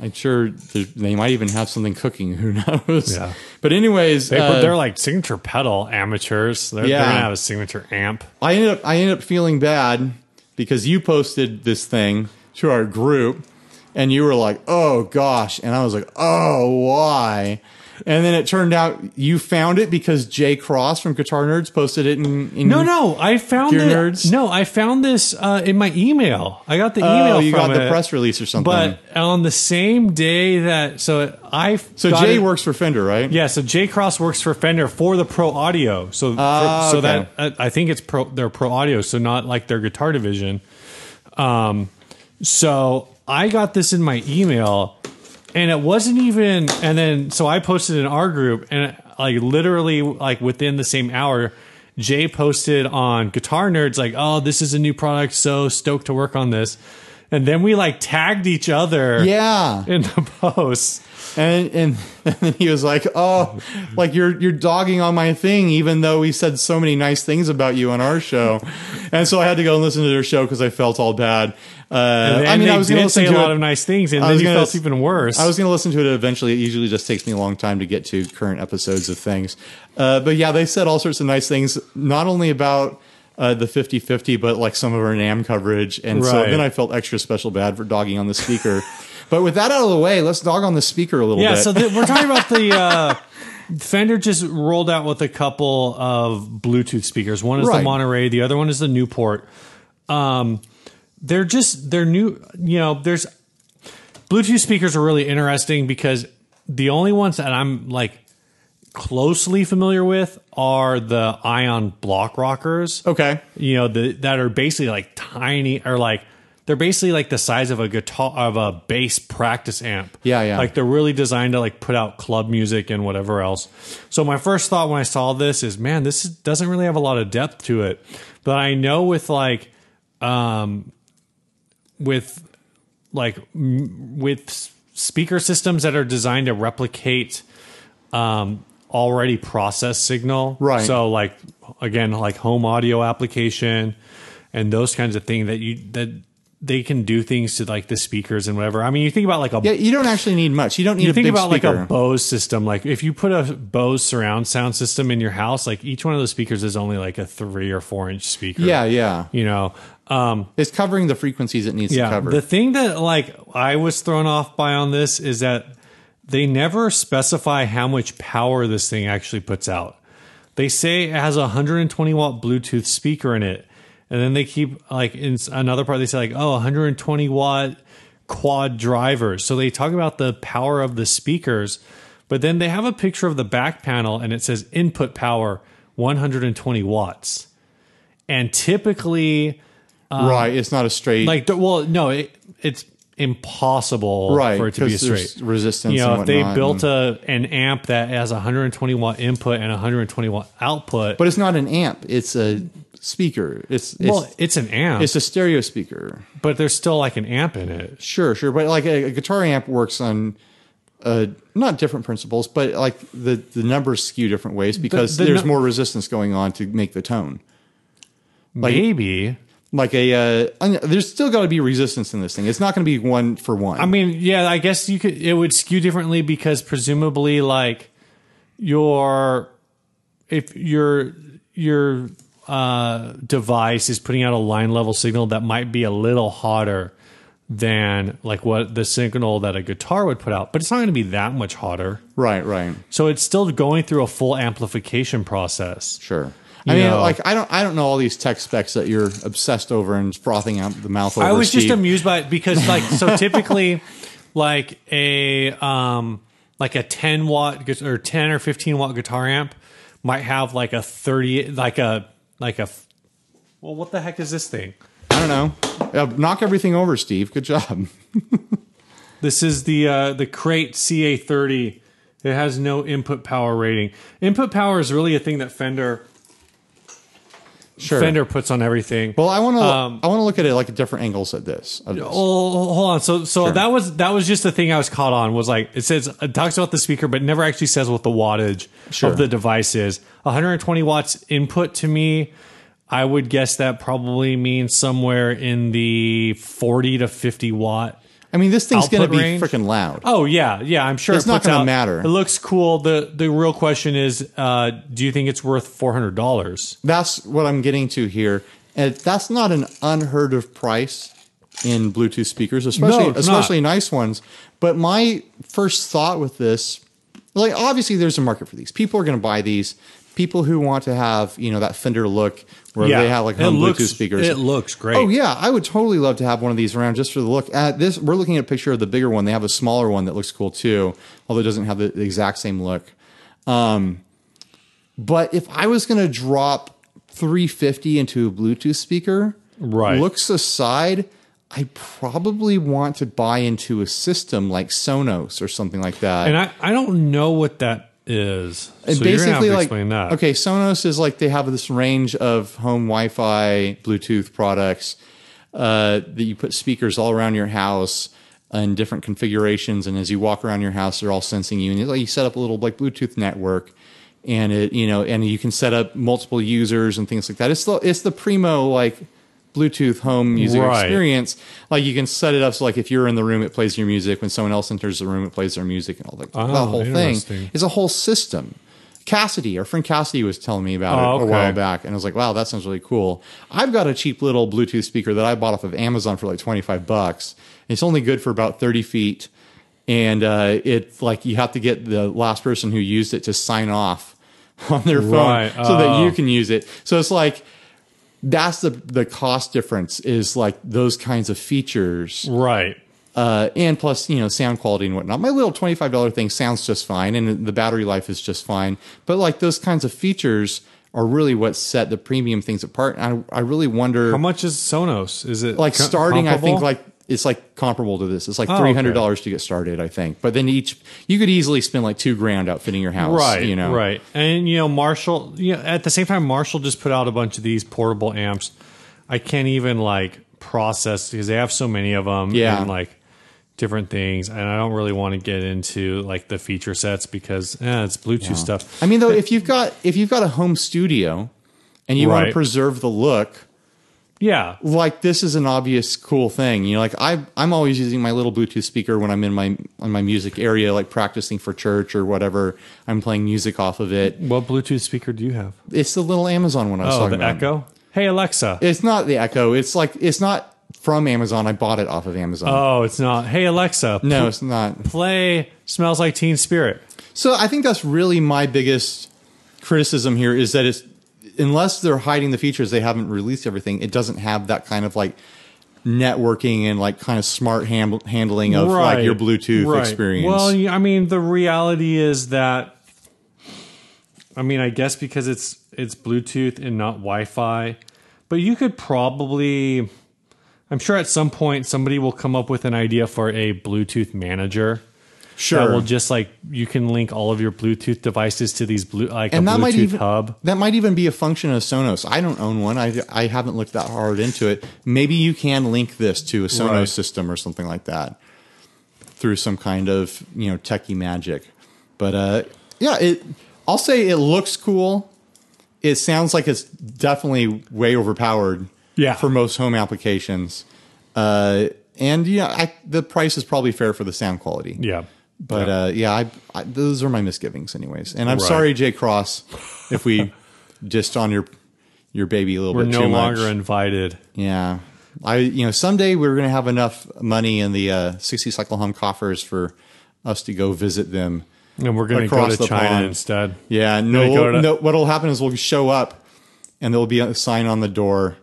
[SPEAKER 2] I'm sure there- they might even have something cooking. <laughs> Who knows?
[SPEAKER 1] Yeah.
[SPEAKER 2] But anyways,
[SPEAKER 1] They,
[SPEAKER 2] uh,
[SPEAKER 1] put they're like signature pedal amateurs. They're,
[SPEAKER 2] Yeah.
[SPEAKER 1] they're gonna have a signature amp.
[SPEAKER 2] I ended up I ended up feeling bad because you posted this thing to our group and you were like, "Oh gosh." And I was like, "Oh, why?" And then it turned out you found it because Jay Cross from Guitar Nerds posted it in, in
[SPEAKER 1] No, Oh, no, I found
[SPEAKER 2] Gear
[SPEAKER 1] it-
[SPEAKER 2] nerds?
[SPEAKER 1] No, I found this uh, in my email. I got the
[SPEAKER 2] Oh,
[SPEAKER 1] email.
[SPEAKER 2] you
[SPEAKER 1] from
[SPEAKER 2] got the
[SPEAKER 1] it,
[SPEAKER 2] press release or something.
[SPEAKER 1] But on the same day that so I
[SPEAKER 2] so Jay works for Fender, right?
[SPEAKER 1] yeah so Jay Cross works for Fender for the Pro Audio so
[SPEAKER 2] Ah,
[SPEAKER 1] so
[SPEAKER 2] okay.
[SPEAKER 1] that uh, I think it's pro their Pro Audio so not like their guitar division. Um, so I got this in my email, and it wasn't even. And then so I posted in our group, and like literally like within the same hour, Jay posted on Guitar Nerds like, "Oh, this is a new product. So stoked to work on this." And then we like tagged each other
[SPEAKER 2] Yeah.
[SPEAKER 1] in the <laughs> post.
[SPEAKER 2] And and, <laughs> and then he was like, "Oh, like you're you're dogging on my thing, even though we said so many nice things about you on our show." And so I had to go and listen to their show because I felt all bad. Uh,
[SPEAKER 1] And
[SPEAKER 2] I mean,
[SPEAKER 1] they
[SPEAKER 2] I was going to
[SPEAKER 1] did
[SPEAKER 2] listen
[SPEAKER 1] say
[SPEAKER 2] to
[SPEAKER 1] a lot
[SPEAKER 2] it.
[SPEAKER 1] of nice things, and
[SPEAKER 2] I
[SPEAKER 1] then
[SPEAKER 2] was
[SPEAKER 1] you
[SPEAKER 2] gonna
[SPEAKER 1] felt
[SPEAKER 2] s-
[SPEAKER 1] even worse. <laughs>
[SPEAKER 2] I was going to listen to it eventually. It usually just takes me a long time to get to current episodes of things. Uh, but yeah, they said all sorts of nice things, not only about uh, the 50 50, but like some of our NAM coverage. And so
[SPEAKER 1] Right.
[SPEAKER 2] then I felt extra special bad for dogging on the speaker. <laughs> but with that out of the way, let's dog on the speaker a little
[SPEAKER 1] yeah,
[SPEAKER 2] bit.
[SPEAKER 1] so th- we're talking about the <laughs> uh, Fender just rolled out with a couple of Bluetooth speakers. One is
[SPEAKER 2] Right.
[SPEAKER 1] the Monterey, the other one is the Newport. Um, they're just they're new. You know, there's Bluetooth speakers are really interesting because the only ones that I'm like closely familiar with are the Ion Block Rockers.
[SPEAKER 2] okay.
[SPEAKER 1] you know the, that are basically like tiny or like they're basically like the size of a guitar of a bass practice amp
[SPEAKER 2] Yeah, yeah.
[SPEAKER 1] like they're really designed to like put out club music and whatever else so my first thought when i saw this is man this is, doesn't really have a lot of depth to it but i know with like um with like m- with s- speaker systems that are designed to replicate um, already processed signal.
[SPEAKER 2] Right.
[SPEAKER 1] So Oh, like again, like home audio application and those kinds of things that you that they can do things to like the speakers and whatever. I mean, you think about like a
[SPEAKER 2] Yeah, you don't actually need much. You don't need
[SPEAKER 1] you
[SPEAKER 2] a
[SPEAKER 1] think
[SPEAKER 2] big
[SPEAKER 1] about
[SPEAKER 2] speaker.
[SPEAKER 1] like a Bose system. Like if you put a Bose surround sound system in your house, like each one of those speakers is only like a three or four inch speaker.
[SPEAKER 2] yeah, yeah.
[SPEAKER 1] You know, um,
[SPEAKER 2] It's covering the frequencies it needs to cover.
[SPEAKER 1] the thing that like I was thrown off by on this is that they never specify how much power this thing actually puts out. They say it has a 120 watt Bluetooth speaker in it, and then they keep like in s- another part they say like oh 120 watt quad drivers. So they talk about the power of the speakers, but then they have a picture of the back panel and it says input power 120 watts. And typically,
[SPEAKER 2] right. It's not a straight.
[SPEAKER 1] um, like the- well no it, it's impossible
[SPEAKER 2] Right,
[SPEAKER 1] for it to be a
[SPEAKER 2] 'cause there's
[SPEAKER 1] straight
[SPEAKER 2] resistance
[SPEAKER 1] you know
[SPEAKER 2] and
[SPEAKER 1] if they
[SPEAKER 2] whatnot,
[SPEAKER 1] built a an amp that has 120 watt input and 120 watt output
[SPEAKER 2] but it's not an amp. It's a speaker. It's it's,
[SPEAKER 1] well, it's an amp,
[SPEAKER 2] it's a stereo speaker.
[SPEAKER 1] but there's still like an amp in it.
[SPEAKER 2] Sure, sure, but like a, a guitar amp works on uh, not different principles, but like the the numbers skew different ways because
[SPEAKER 1] the
[SPEAKER 2] there's
[SPEAKER 1] nu-
[SPEAKER 2] more resistance going on to make the tone.
[SPEAKER 1] Maybe.
[SPEAKER 2] Like a uh, un- there's still got to be resistance in this thing. It's not going to be one for one.
[SPEAKER 1] I mean, yeah, I guess you could. It would skew differently because presumably, like your if your your uh, device is putting out a line level signal that might be a little hotter than like what the signal that a guitar would put out, but it's not going to be that much hotter.
[SPEAKER 2] right, right.
[SPEAKER 1] So it's still going through a full amplification process.
[SPEAKER 2] Sure. I
[SPEAKER 1] You
[SPEAKER 2] mean,
[SPEAKER 1] know.
[SPEAKER 2] like I don't, I don't know all these tech specs that you're obsessed over and frothing out the mouth. Over,
[SPEAKER 1] I was just
[SPEAKER 2] Steve.
[SPEAKER 1] amused by it because like so typically like a um like a 10 watt gu- or 10 or 15 watt guitar amp might have like a 30 like a like a f- well what the heck is this thing?
[SPEAKER 2] I don't know. Uh, knock everything over, Steve.
[SPEAKER 1] <laughs>
[SPEAKER 2] Good job.
[SPEAKER 1] This is the uh the crate CA30. It has no input power rating. Input power is really a thing that Fender
[SPEAKER 2] Sure.
[SPEAKER 1] Fender puts on everything.
[SPEAKER 2] Well, I want to,
[SPEAKER 1] Um,
[SPEAKER 2] I want to look at it like different angles at this. of this.
[SPEAKER 1] Well, Oh, hold on. So, so that was that was just the thing I was caught on. Was like it says it talks about the speaker, but never actually says what the wattage
[SPEAKER 2] Sure.
[SPEAKER 1] of the device is. 120 watts input to me. I would guess that probably means somewhere in the 40 to 50 watt.
[SPEAKER 2] I mean, this thing's going to
[SPEAKER 1] output
[SPEAKER 2] be
[SPEAKER 1] range?
[SPEAKER 2] freaking loud.
[SPEAKER 1] Oh yeah, yeah. I'm sure
[SPEAKER 2] It's
[SPEAKER 1] it
[SPEAKER 2] not
[SPEAKER 1] puts
[SPEAKER 2] gonna
[SPEAKER 1] out-
[SPEAKER 2] matter.
[SPEAKER 1] It looks cool. the The real question is, uh, do you think it's worth 400 dollars?
[SPEAKER 2] That's what I'm getting to here, and that's not an unheard of price in Bluetooth speakers, especially
[SPEAKER 1] No, it's not.
[SPEAKER 2] especially nice ones. But my first thought with this, like obviously, there's a market for these. People are going to buy these. People who want to have you know that Fender look where they have like home Bluetooth speakers.
[SPEAKER 1] It looks great.
[SPEAKER 2] Oh yeah, I would totally love to have one of these around just for the look. At this, we're looking at a picture of the bigger one. They have a smaller one that looks cool too, although it doesn't have the exact same look. Um, but if I was going to drop 350 into a Bluetooth speaker,
[SPEAKER 1] Right.
[SPEAKER 2] Looks aside, I probably want to buy into a system like Sonos or something like that.
[SPEAKER 1] And I, I don't know what that is. so you're gonna have to explain that.
[SPEAKER 2] okay, Sonos is like they have this range of home Wi-Fi, Bluetooth products uh, that you put speakers all around your house in different configurations, and as you walk around your house, they're all sensing you, and it's like you set up a little like Bluetooth network. And it, you know, and you can set up multiple users and things like that. It's the it's the primo like Bluetooth home music
[SPEAKER 1] Right.
[SPEAKER 2] experience. Like you can set it up so like if you're in the room, it plays your music. When someone else enters the room, it plays their music and all that.
[SPEAKER 1] Oh,
[SPEAKER 2] the whole
[SPEAKER 1] interesting.
[SPEAKER 2] thing is a whole system. Cassidy, our friend Cassidy, was telling me about
[SPEAKER 1] Oh,
[SPEAKER 2] it a
[SPEAKER 1] okay.
[SPEAKER 2] while back, and I was like, "Wow, that sounds really cool." I've got a cheap little Bluetooth speaker that I bought off of Amazon for like twenty five bucks. It's only good for about thirty feet, and uh, it's like you have to get the last person who used it to sign off <laughs> on their phone
[SPEAKER 1] Right,
[SPEAKER 2] so that
[SPEAKER 1] oh.
[SPEAKER 2] you can use it. So it's like that's the the cost difference is like those kinds of features
[SPEAKER 1] Right.
[SPEAKER 2] uh, and plus you know sound quality and whatnot. My little twenty five dollar thing sounds just fine, and the battery life is just fine. But like those kinds of features are really what set the premium things apart. And I I really wonder
[SPEAKER 1] How much is Sonos? Is it
[SPEAKER 2] like
[SPEAKER 1] co-
[SPEAKER 2] starting. I think
[SPEAKER 1] comparable? Oh,
[SPEAKER 2] like it's like comparable to this. It's like
[SPEAKER 1] okay.
[SPEAKER 2] three hundred dollars to get started. I think, but then each you could easily spend like two grand outfitting your house.
[SPEAKER 1] right,
[SPEAKER 2] You know.
[SPEAKER 1] right, and you know Marshall. You know, at the same time, Marshall just put out a bunch of these portable amps. I can't even like process because they have so many of them.
[SPEAKER 2] Yeah.
[SPEAKER 1] and like different things, and I don't really want to get into like the feature sets because eh, it's Bluetooth stuff.
[SPEAKER 2] I mean, though, if you've got if you've got a home studio, and you want
[SPEAKER 1] Right.
[SPEAKER 2] to preserve the look.
[SPEAKER 1] Yeah,
[SPEAKER 2] like this is an obvious cool thing. You know, like I I'm always using my little Bluetooth speaker when I'm in my on my music area, like practicing for church or whatever. I'm playing music off of it.
[SPEAKER 1] what Bluetooth speaker do you have?
[SPEAKER 2] It's the little Amazon one I was
[SPEAKER 1] Oh,
[SPEAKER 2] talking
[SPEAKER 1] the
[SPEAKER 2] about.
[SPEAKER 1] Echo. Hey Alexa.
[SPEAKER 2] It's not the Echo. It's like it's not from Amazon. I bought it off of Amazon.
[SPEAKER 1] oh, it's not. Hey Alexa.
[SPEAKER 2] no, it's not.
[SPEAKER 1] Play smells like Teen Spirit.
[SPEAKER 2] So I think that's really my biggest criticism here is that it's unless they're hiding the features, they haven't released everything. It doesn't have that kind of like networking and like kind of smart ham- handling of like your Bluetooth
[SPEAKER 1] Right.
[SPEAKER 2] experience.
[SPEAKER 1] Well, y- I mean, the reality is that, I mean, I guess because it's it's Bluetooth and not Wi-Fi, but you could probably, I'm sure at some point somebody will come up with an idea for a Bluetooth manager.
[SPEAKER 2] Sure.
[SPEAKER 1] that will just like you can link all of your Bluetooth devices to these blue like
[SPEAKER 2] and
[SPEAKER 1] a
[SPEAKER 2] that
[SPEAKER 1] Bluetooth
[SPEAKER 2] might even
[SPEAKER 1] hub.
[SPEAKER 2] that might even be a function of Sonos. I don't own one. I I haven't looked that hard into it. Maybe you can link this to a Sonos
[SPEAKER 1] Right.
[SPEAKER 2] system or something like that through some kind of you know techie magic. But uh, yeah, it. I'll say it looks cool. It sounds like it's definitely way overpowered.
[SPEAKER 1] Yeah.
[SPEAKER 2] for most home applications. Uh, and yeah, I, the price is probably fair for the sound quality.
[SPEAKER 1] Yeah,
[SPEAKER 2] But yeah, uh, yeah I, I, those are my misgivings, anyways. And I'm
[SPEAKER 1] Right.
[SPEAKER 2] sorry, Jay Cross,
[SPEAKER 1] <laughs>
[SPEAKER 2] if we dissed on your your baby a little
[SPEAKER 1] we're
[SPEAKER 2] bit
[SPEAKER 1] no
[SPEAKER 2] too
[SPEAKER 1] longer
[SPEAKER 2] much.
[SPEAKER 1] invited.
[SPEAKER 2] yeah, I you know someday we're gonna have enough money in the uh, 60 cycle home coffers for us to go visit them.
[SPEAKER 1] And we're going to go
[SPEAKER 2] Across
[SPEAKER 1] to
[SPEAKER 2] the
[SPEAKER 1] China
[SPEAKER 2] pond.
[SPEAKER 1] instead.
[SPEAKER 2] Yeah,
[SPEAKER 1] Gonna
[SPEAKER 2] no,
[SPEAKER 1] go to-
[SPEAKER 2] no. What'll happen is we'll show up, and there'll be a sign on the door,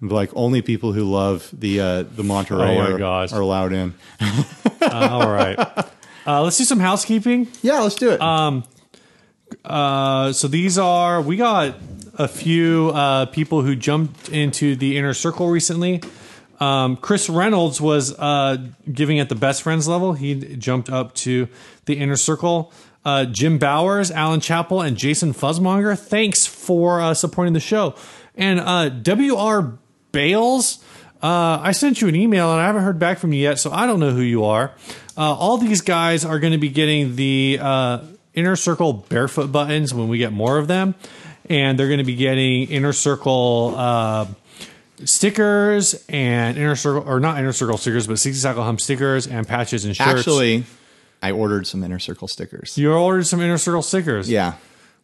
[SPEAKER 2] like only people who love the uh, the Monterey
[SPEAKER 1] Oh my
[SPEAKER 2] are,
[SPEAKER 1] gosh.
[SPEAKER 2] are allowed in.
[SPEAKER 1] Uh, all
[SPEAKER 2] <laughs>
[SPEAKER 1] right. Uh, let's do some housekeeping.
[SPEAKER 2] Yeah, let's do it.
[SPEAKER 1] Uh, so these are we got a few uh, people who jumped into the inner circle recently. Um, Chris Reynolds was uh, giving at the best friends level. He jumped up to the inner circle. Uh, Jim Bowers, Alan Chappell, and Jason Fuzzmonger. Thanks for uh, supporting the show. And uh, W.R. Bales, uh, I sent you an email and I haven't heard back from you yet, so I don't know who you are. Uh, all these guys are going to be getting the uh, inner circle barefoot buttons when we get more of them, and they're going to be getting inner circle. Uh, stickers and inner circle or not inner circle stickers but 60 cycle hum stickers and patches and shirts
[SPEAKER 2] Actually, I ordered some inner circle stickers.
[SPEAKER 1] you ordered some inner circle stickers
[SPEAKER 2] yeah.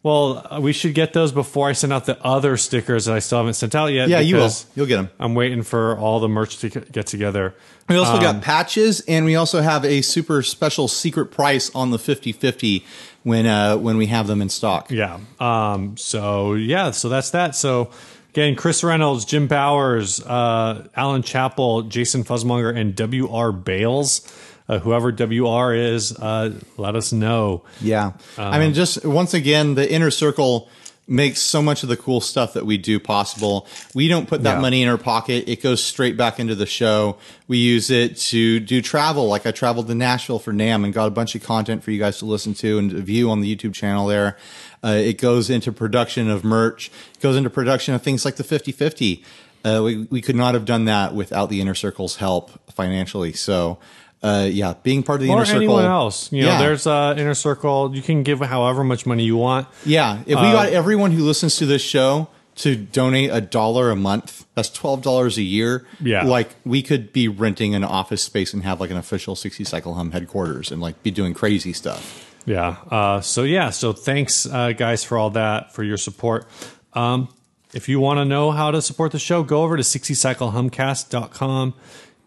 [SPEAKER 1] well uh, we should get those before i send out the other stickers that i still haven't sent out yet
[SPEAKER 2] Yeah, you will.
[SPEAKER 1] because
[SPEAKER 2] You'll get them.
[SPEAKER 1] i'm waiting for all the merch to get get together
[SPEAKER 2] We also got patches, and we also have a super special secret price on the 50-50 when uh, when we have them in stock.
[SPEAKER 1] Yeah. Um, so yeah, so that's that. So again, Chris Reynolds, Jim Bowers, uh, Alan Chappell, Jason Fuzzmonger, and W.R. Bales. Uh, whoever WR is, uh, let us know.
[SPEAKER 2] Yeah. I
[SPEAKER 1] Um,
[SPEAKER 2] mean, just once again, the inner circle makes so much of the cool stuff that we do possible. We don't put that
[SPEAKER 1] Yeah.
[SPEAKER 2] money in our pocket. It goes straight back into the show. We use it to do travel. Like I traveled to Nashville for NAM and got a bunch of content for you guys to listen to and view on the YouTube channel there. Uh, it goes into production of merch. It goes into production of things like the 50 50. Uh, we, we could not have done that without the inner circle's help financially. So, uh, yeah, being part of the
[SPEAKER 1] Or
[SPEAKER 2] inner circle.
[SPEAKER 1] anyone else. You know,
[SPEAKER 2] Yeah.
[SPEAKER 1] there's uh, Inner Circle. You can give however much money you want.
[SPEAKER 2] Yeah, if we
[SPEAKER 1] Uh,
[SPEAKER 2] got everyone who listens to this show to donate a dollar a month, that's twelve dollars a year.
[SPEAKER 1] Yeah.
[SPEAKER 2] like we could be renting an office space and have like an official sixty cycle hum headquarters and like be doing crazy stuff.
[SPEAKER 1] Yeah. Uh, so yeah. So thanks, uh, guys, for all that for your support. Um, if you want to know how to support the show, go over to 60cyclehumcast.com.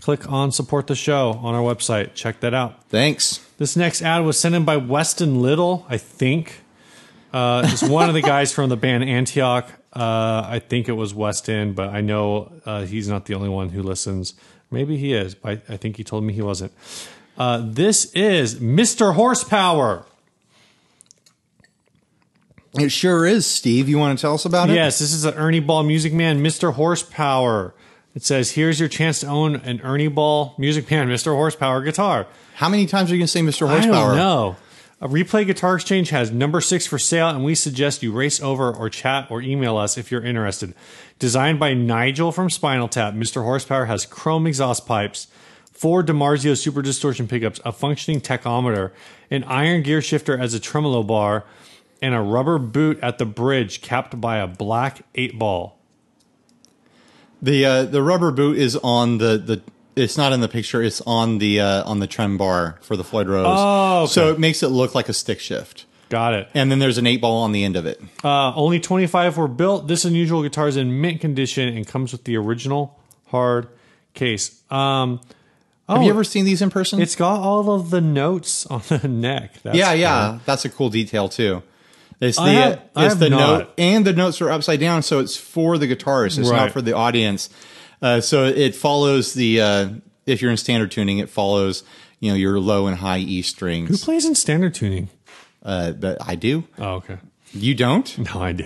[SPEAKER 1] Click on support the show on our website. Check that out.
[SPEAKER 2] Thanks.
[SPEAKER 1] This next ad was sent in by Weston Little, I think. Uh, it's one of the guys from the band Antioch. Uh, I think it was Weston, but I know uh, he's not the only one who listens. Maybe he is, but I I think he told me he wasn't. Uh, this is Mr. Horsepower.
[SPEAKER 2] It sure is, Steve. You want to tell us about it?
[SPEAKER 1] Yes, this is an Ernie Ball Music Man, Mr. Horsepower. It says, here's your chance to own an Ernie Ball Music Man, Mr. Horsepower guitar.
[SPEAKER 2] How many times are you going to say Mr. Horsepower?
[SPEAKER 1] I don't know. A replay guitar exchange has number six for sale, and we suggest you race over or chat or email us if you're interested. Designed by Nigel from Spinal Tap, Mr. Horsepower has chrome exhaust pipes, four DiMarzio super distortion pickups, a functioning tachometer, an iron gear shifter as a tremolo bar, and a rubber boot at the bridge capped by a black eight ball.
[SPEAKER 2] The uh, the rubber boot is on the the. It's not in the picture. It's on the uh, on the trem bar for the Floyd Rose.
[SPEAKER 1] Oh, okay.
[SPEAKER 2] so it makes it look like a stick shift.
[SPEAKER 1] Got it.
[SPEAKER 2] And then there's an eight ball on the end of it.
[SPEAKER 1] Uh, only 25 were built. This unusual guitar is in mint condition and comes with the original hard case. Um,
[SPEAKER 2] Have you ever seen these in person?
[SPEAKER 1] It's got all of the notes on the <laughs> neck. That's
[SPEAKER 2] yeah, yeah, that's a cool detail too. It's the
[SPEAKER 1] I have- I
[SPEAKER 2] it's
[SPEAKER 1] have
[SPEAKER 2] the
[SPEAKER 1] not.
[SPEAKER 2] note, and the notes are upside down, so it's for the guitarist. It's
[SPEAKER 1] Right.
[SPEAKER 2] not for the audience. Uh, so it follows the uh, if you're in standard tuning, it follows you know your low and high E
[SPEAKER 1] Who
[SPEAKER 2] strings.
[SPEAKER 1] plays in standard tuning?
[SPEAKER 2] Uh, that I do.
[SPEAKER 1] Oh, okay.
[SPEAKER 2] You don't.
[SPEAKER 1] No, I <laughs> do.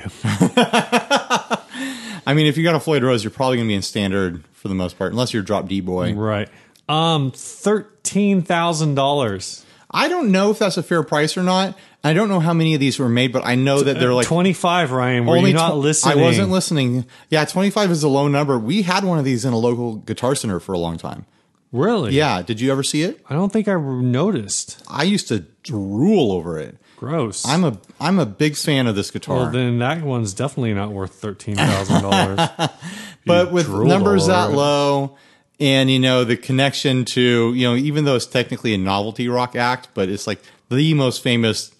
[SPEAKER 2] I mean, if you got a Floyd Rose, you're probably gonna be in standard for
[SPEAKER 1] Mm.
[SPEAKER 2] the most part, unless you're a drop D boy.
[SPEAKER 1] right. Um, $13,000.
[SPEAKER 2] I don't know if that's a fair price or not. I don't know how many of these were made, but I know that they're like
[SPEAKER 1] 25, Ryan. Were you not
[SPEAKER 2] tw-
[SPEAKER 1] listening?
[SPEAKER 2] I wasn't listening. Yeah, 25 is a low number. We had one of these in a local guitar center for a long time.
[SPEAKER 1] Really?
[SPEAKER 2] Yeah, did you ever see it?
[SPEAKER 1] I don't think I noticed.
[SPEAKER 2] I used to drool over it.
[SPEAKER 1] Gross.
[SPEAKER 2] I'm a I'm a big fan of this guitar.
[SPEAKER 1] well, then that one's definitely not worth thirteen thousand
[SPEAKER 2] <laughs>
[SPEAKER 1] dollars.
[SPEAKER 2] but with
[SPEAKER 1] drooled
[SPEAKER 2] numbers
[SPEAKER 1] all
[SPEAKER 2] that
[SPEAKER 1] over it.
[SPEAKER 2] low and you know the connection to, you know, even though it's technically a novelty rock act, but it's like the most famous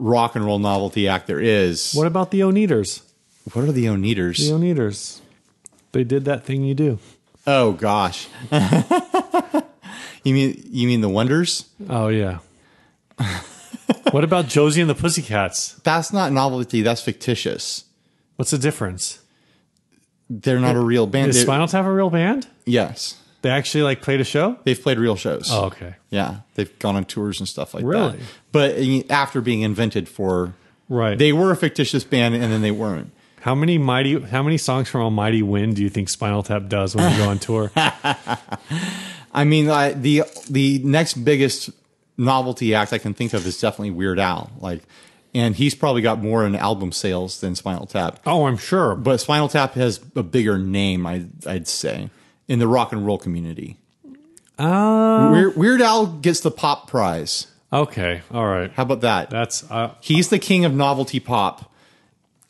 [SPEAKER 2] rock and roll novelty act there is.
[SPEAKER 1] what about the Oneaters?
[SPEAKER 2] what are the Oneaters?
[SPEAKER 1] The Oneaters. They did that thing you do.
[SPEAKER 2] Oh gosh. <laughs> you mean you mean the Wonders?
[SPEAKER 1] Oh
[SPEAKER 2] <laughs>
[SPEAKER 1] yeah. what about Josie and the Pussycats?
[SPEAKER 2] That's not novelty. That's fictitious.
[SPEAKER 1] What's the difference?
[SPEAKER 2] They're not a real band.
[SPEAKER 1] Is
[SPEAKER 2] They-
[SPEAKER 1] Spinal Tap a real band?
[SPEAKER 2] yes,
[SPEAKER 1] They actually like played a show?
[SPEAKER 2] they've played real shows.
[SPEAKER 1] Oh, okay.
[SPEAKER 2] Yeah, they've gone on tours and stuff like
[SPEAKER 1] Really?
[SPEAKER 2] that. But eh, after being invented for,
[SPEAKER 1] Right.
[SPEAKER 2] they were a fictitious band, and then they weren't.
[SPEAKER 1] how many mighty how many songs from Almighty Wind do you think Spinal Tap does when they go on <laughs> tour?
[SPEAKER 2] I mean, I, the the next biggest novelty act I can think of is definitely Weird Al. Like, and he's probably got more in album sales than Spinal Tap.
[SPEAKER 1] oh, I'm sure.
[SPEAKER 2] But Spinal Tap has a bigger name, I, I'd say, in the rock and roll community.
[SPEAKER 1] Uh,
[SPEAKER 2] Weird, Weird Al gets the pop prize.
[SPEAKER 1] okay. All right.
[SPEAKER 2] How about that?
[SPEAKER 1] That's uh,
[SPEAKER 2] He's the king of novelty pop.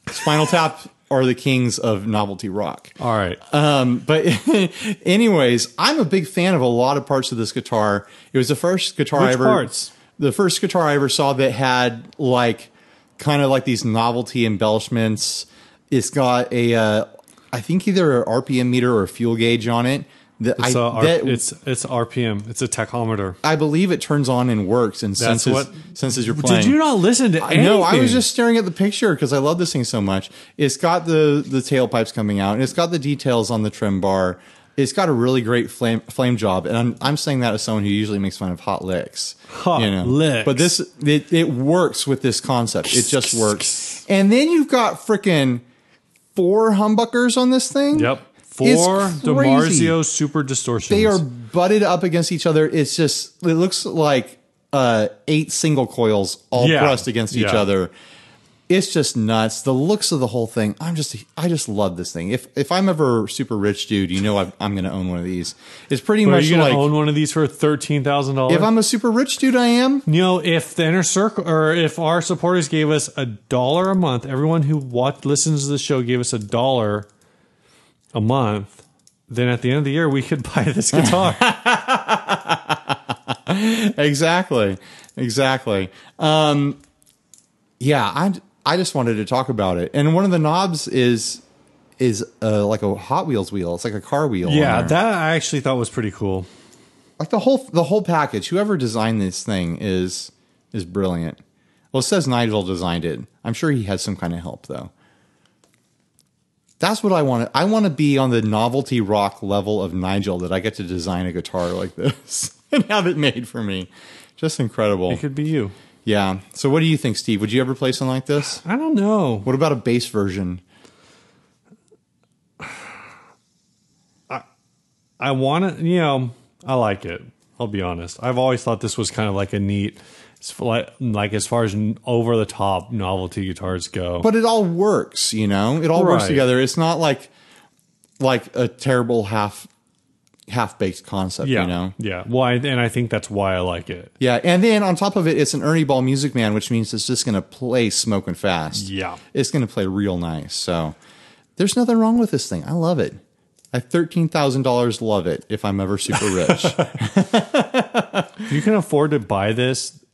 [SPEAKER 2] Spinal Tap are the kings of novelty rock.
[SPEAKER 1] all right.
[SPEAKER 2] Um, but, <laughs> anyways, I'm a big fan of a lot of parts of this guitar. It was the first guitar I
[SPEAKER 1] Which
[SPEAKER 2] ever
[SPEAKER 1] parts?
[SPEAKER 2] the first guitar I ever saw that had like kind of like these novelty embellishments. It's got a, uh, I think either an RPM meter or a fuel gauge on it. That I,
[SPEAKER 1] so R-
[SPEAKER 2] that-
[SPEAKER 1] it's it's RPM. It's a tachometer.
[SPEAKER 2] I believe it turns on and works and
[SPEAKER 1] That's
[SPEAKER 2] senses
[SPEAKER 1] what-
[SPEAKER 2] senses you're playing.
[SPEAKER 1] Did you not listen to anything?
[SPEAKER 2] No, I was just staring at the picture because I love this thing so much. It's got the the tailpipes coming out, and it's got the details on the trim bar. It's got a really great flame flame job, and I'm I'm saying that as someone who usually makes fun of hot licks.
[SPEAKER 1] Hot licks.
[SPEAKER 2] but this it, it works with this concept. It just works. And then you've got freaking four humbuckers on this thing.
[SPEAKER 1] Yep.
[SPEAKER 2] It's
[SPEAKER 1] Four
[SPEAKER 2] crazy.
[SPEAKER 1] DiMarzio super distortions.
[SPEAKER 2] They are butted up against each other. It's just it looks like uh, eight single coils all
[SPEAKER 1] Yeah.
[SPEAKER 2] pressed against each
[SPEAKER 1] Yeah.
[SPEAKER 2] other. It's just nuts. The looks of the whole thing. I'm just I just love this thing. If if I'm ever super rich, dude, you know I've, I'm going to own one of these. It's pretty
[SPEAKER 1] Are
[SPEAKER 2] much
[SPEAKER 1] you gonna
[SPEAKER 2] like
[SPEAKER 1] own one of these for thirteen thousand
[SPEAKER 2] if
[SPEAKER 1] dollars?
[SPEAKER 2] I'm a super rich dude,
[SPEAKER 1] <laughs>
[SPEAKER 2] I am.
[SPEAKER 1] You know, if the inner circle or if our supporters gave us a dollar a month, everyone who watch, listens to the show gave us a dollar a month. Then at the end of the year, we could <laughs> buy this
[SPEAKER 2] <laughs>
[SPEAKER 1] guitar.
[SPEAKER 2] Exactly, exactly. Um, yeah, I I just wanted to talk about it. And one of the knobs is is uh, like a Hot Wheels wheel. It's like a car wheel. on
[SPEAKER 1] yeah,
[SPEAKER 2] there.
[SPEAKER 1] that I actually thought was pretty cool.
[SPEAKER 2] like the whole the whole package. Whoever designed this thing is is brilliant. Well, it says Nigel designed it. I'm sure he had some kind of help though. That's what I want. I want to be on the novelty rock level of Nigel that I get to design a guitar like this <laughs> and have it made for me. Just incredible.
[SPEAKER 1] It could be you.
[SPEAKER 2] Yeah. So what do you think, Steve? Would you ever play something like this?
[SPEAKER 1] I don't know.
[SPEAKER 2] What about a bass version?
[SPEAKER 1] I want to, you know, I like it. I'll be honest. I've always thought this was kind of like a neat, it's like, like as far as over the top novelty guitars go.
[SPEAKER 2] but it all works you know it all works
[SPEAKER 1] Right.
[SPEAKER 2] together it's not like like a terrible half half baked concept
[SPEAKER 1] yeah,
[SPEAKER 2] you know
[SPEAKER 1] yeah. Why? and I think that's why I like it.
[SPEAKER 2] yeah and then on top of it it's an ernie ball music man which means it's just gonna play smoking fast
[SPEAKER 1] Yeah.
[SPEAKER 2] it's gonna play real nice so there's nothing wrong with this thing i love it at $13000 love it if i'm ever super
[SPEAKER 1] <laughs>
[SPEAKER 2] rich
[SPEAKER 1] If you can afford to buy this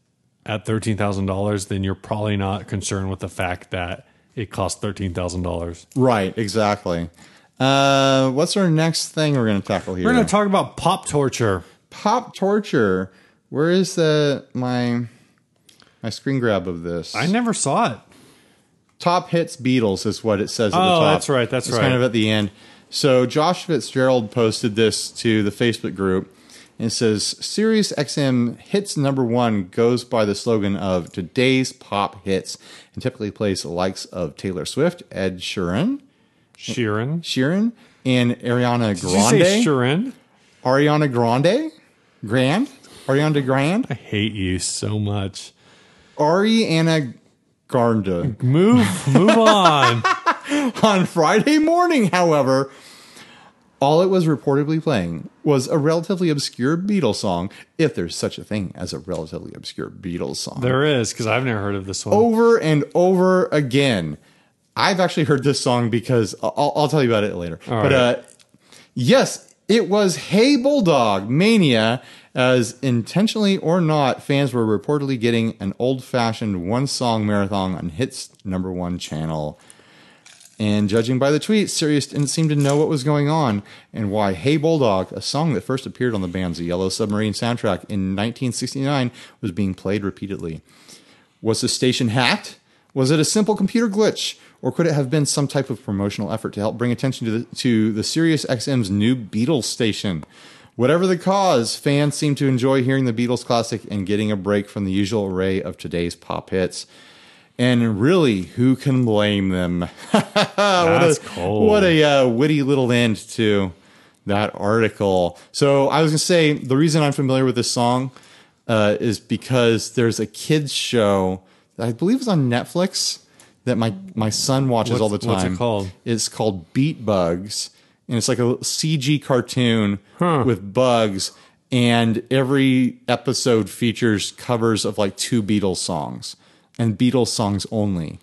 [SPEAKER 1] at thirteen thousand dollars, then you're probably not concerned with the fact that it costs thirteen thousand dollars.
[SPEAKER 2] right exactly uh, what's our next thing we're gonna tackle here
[SPEAKER 1] We're going to talk about pop torture.
[SPEAKER 2] pop torture. Where is the my my screen grab of this?
[SPEAKER 1] I never saw it.
[SPEAKER 2] Top hits Beatles is what it says at the
[SPEAKER 1] Oh,
[SPEAKER 2] top.
[SPEAKER 1] that's right, that's
[SPEAKER 2] it's
[SPEAKER 1] right.
[SPEAKER 2] Kind of at the end. So Josh Fitzgerald posted this to the Facebook group and it says Sirius XM hits number one goes by the slogan of today's pop hits and typically plays the likes of Taylor Swift, Ed Sheeran,
[SPEAKER 1] Sheeran.
[SPEAKER 2] Sheeran, and Ariana
[SPEAKER 1] Did you say
[SPEAKER 2] Grande.
[SPEAKER 1] Sheeran?
[SPEAKER 2] Ariana Grande? Grand? Ariana Grande?
[SPEAKER 1] I hate you so much.
[SPEAKER 2] Ariana Grande.
[SPEAKER 1] Move, move on.
[SPEAKER 2] <laughs>
[SPEAKER 1] <laughs>
[SPEAKER 2] On Friday morning, however, all it was reportedly playing was a relatively obscure Beatles song, if there's such a thing as a relatively obscure Beatles song.
[SPEAKER 1] There is because I've never heard of this one.
[SPEAKER 2] over and over again. I've actually heard this song because I'll, I'll tell you about it later. but uh, yes, it was Hey Bulldog Mania. As intentionally or not, fans were reportedly getting an old fashioned one song marathon on Hits number one channel. And judging by the tweets, Sirius didn't seem to know what was going on and why Hey Bulldog, a song that first appeared on the band's Yellow Submarine soundtrack in 1969, was being played repeatedly. Was the station hacked? Was it a simple computer glitch? Or could it have been some type of promotional effort to help bring attention to the, to the Sirius XM's new Beatles station? Whatever the cause, fans seem to enjoy hearing the Beatles classic and getting a break from the usual array of today's pop hits. And really, who can blame them?
[SPEAKER 1] That's
[SPEAKER 2] what a,
[SPEAKER 1] cold.
[SPEAKER 2] What a uh, witty little end to that article. So I was gonna say the reason I'm familiar with this song uh, is because there's a kids show that I believe is on Netflix that my my son watches all the
[SPEAKER 1] What's-
[SPEAKER 2] time.
[SPEAKER 1] what's it called?
[SPEAKER 2] It's called Beat Bugs, and it's like a little CG cartoon with bugs. And every episode features covers of like two Beatles songs and Beatles songs only.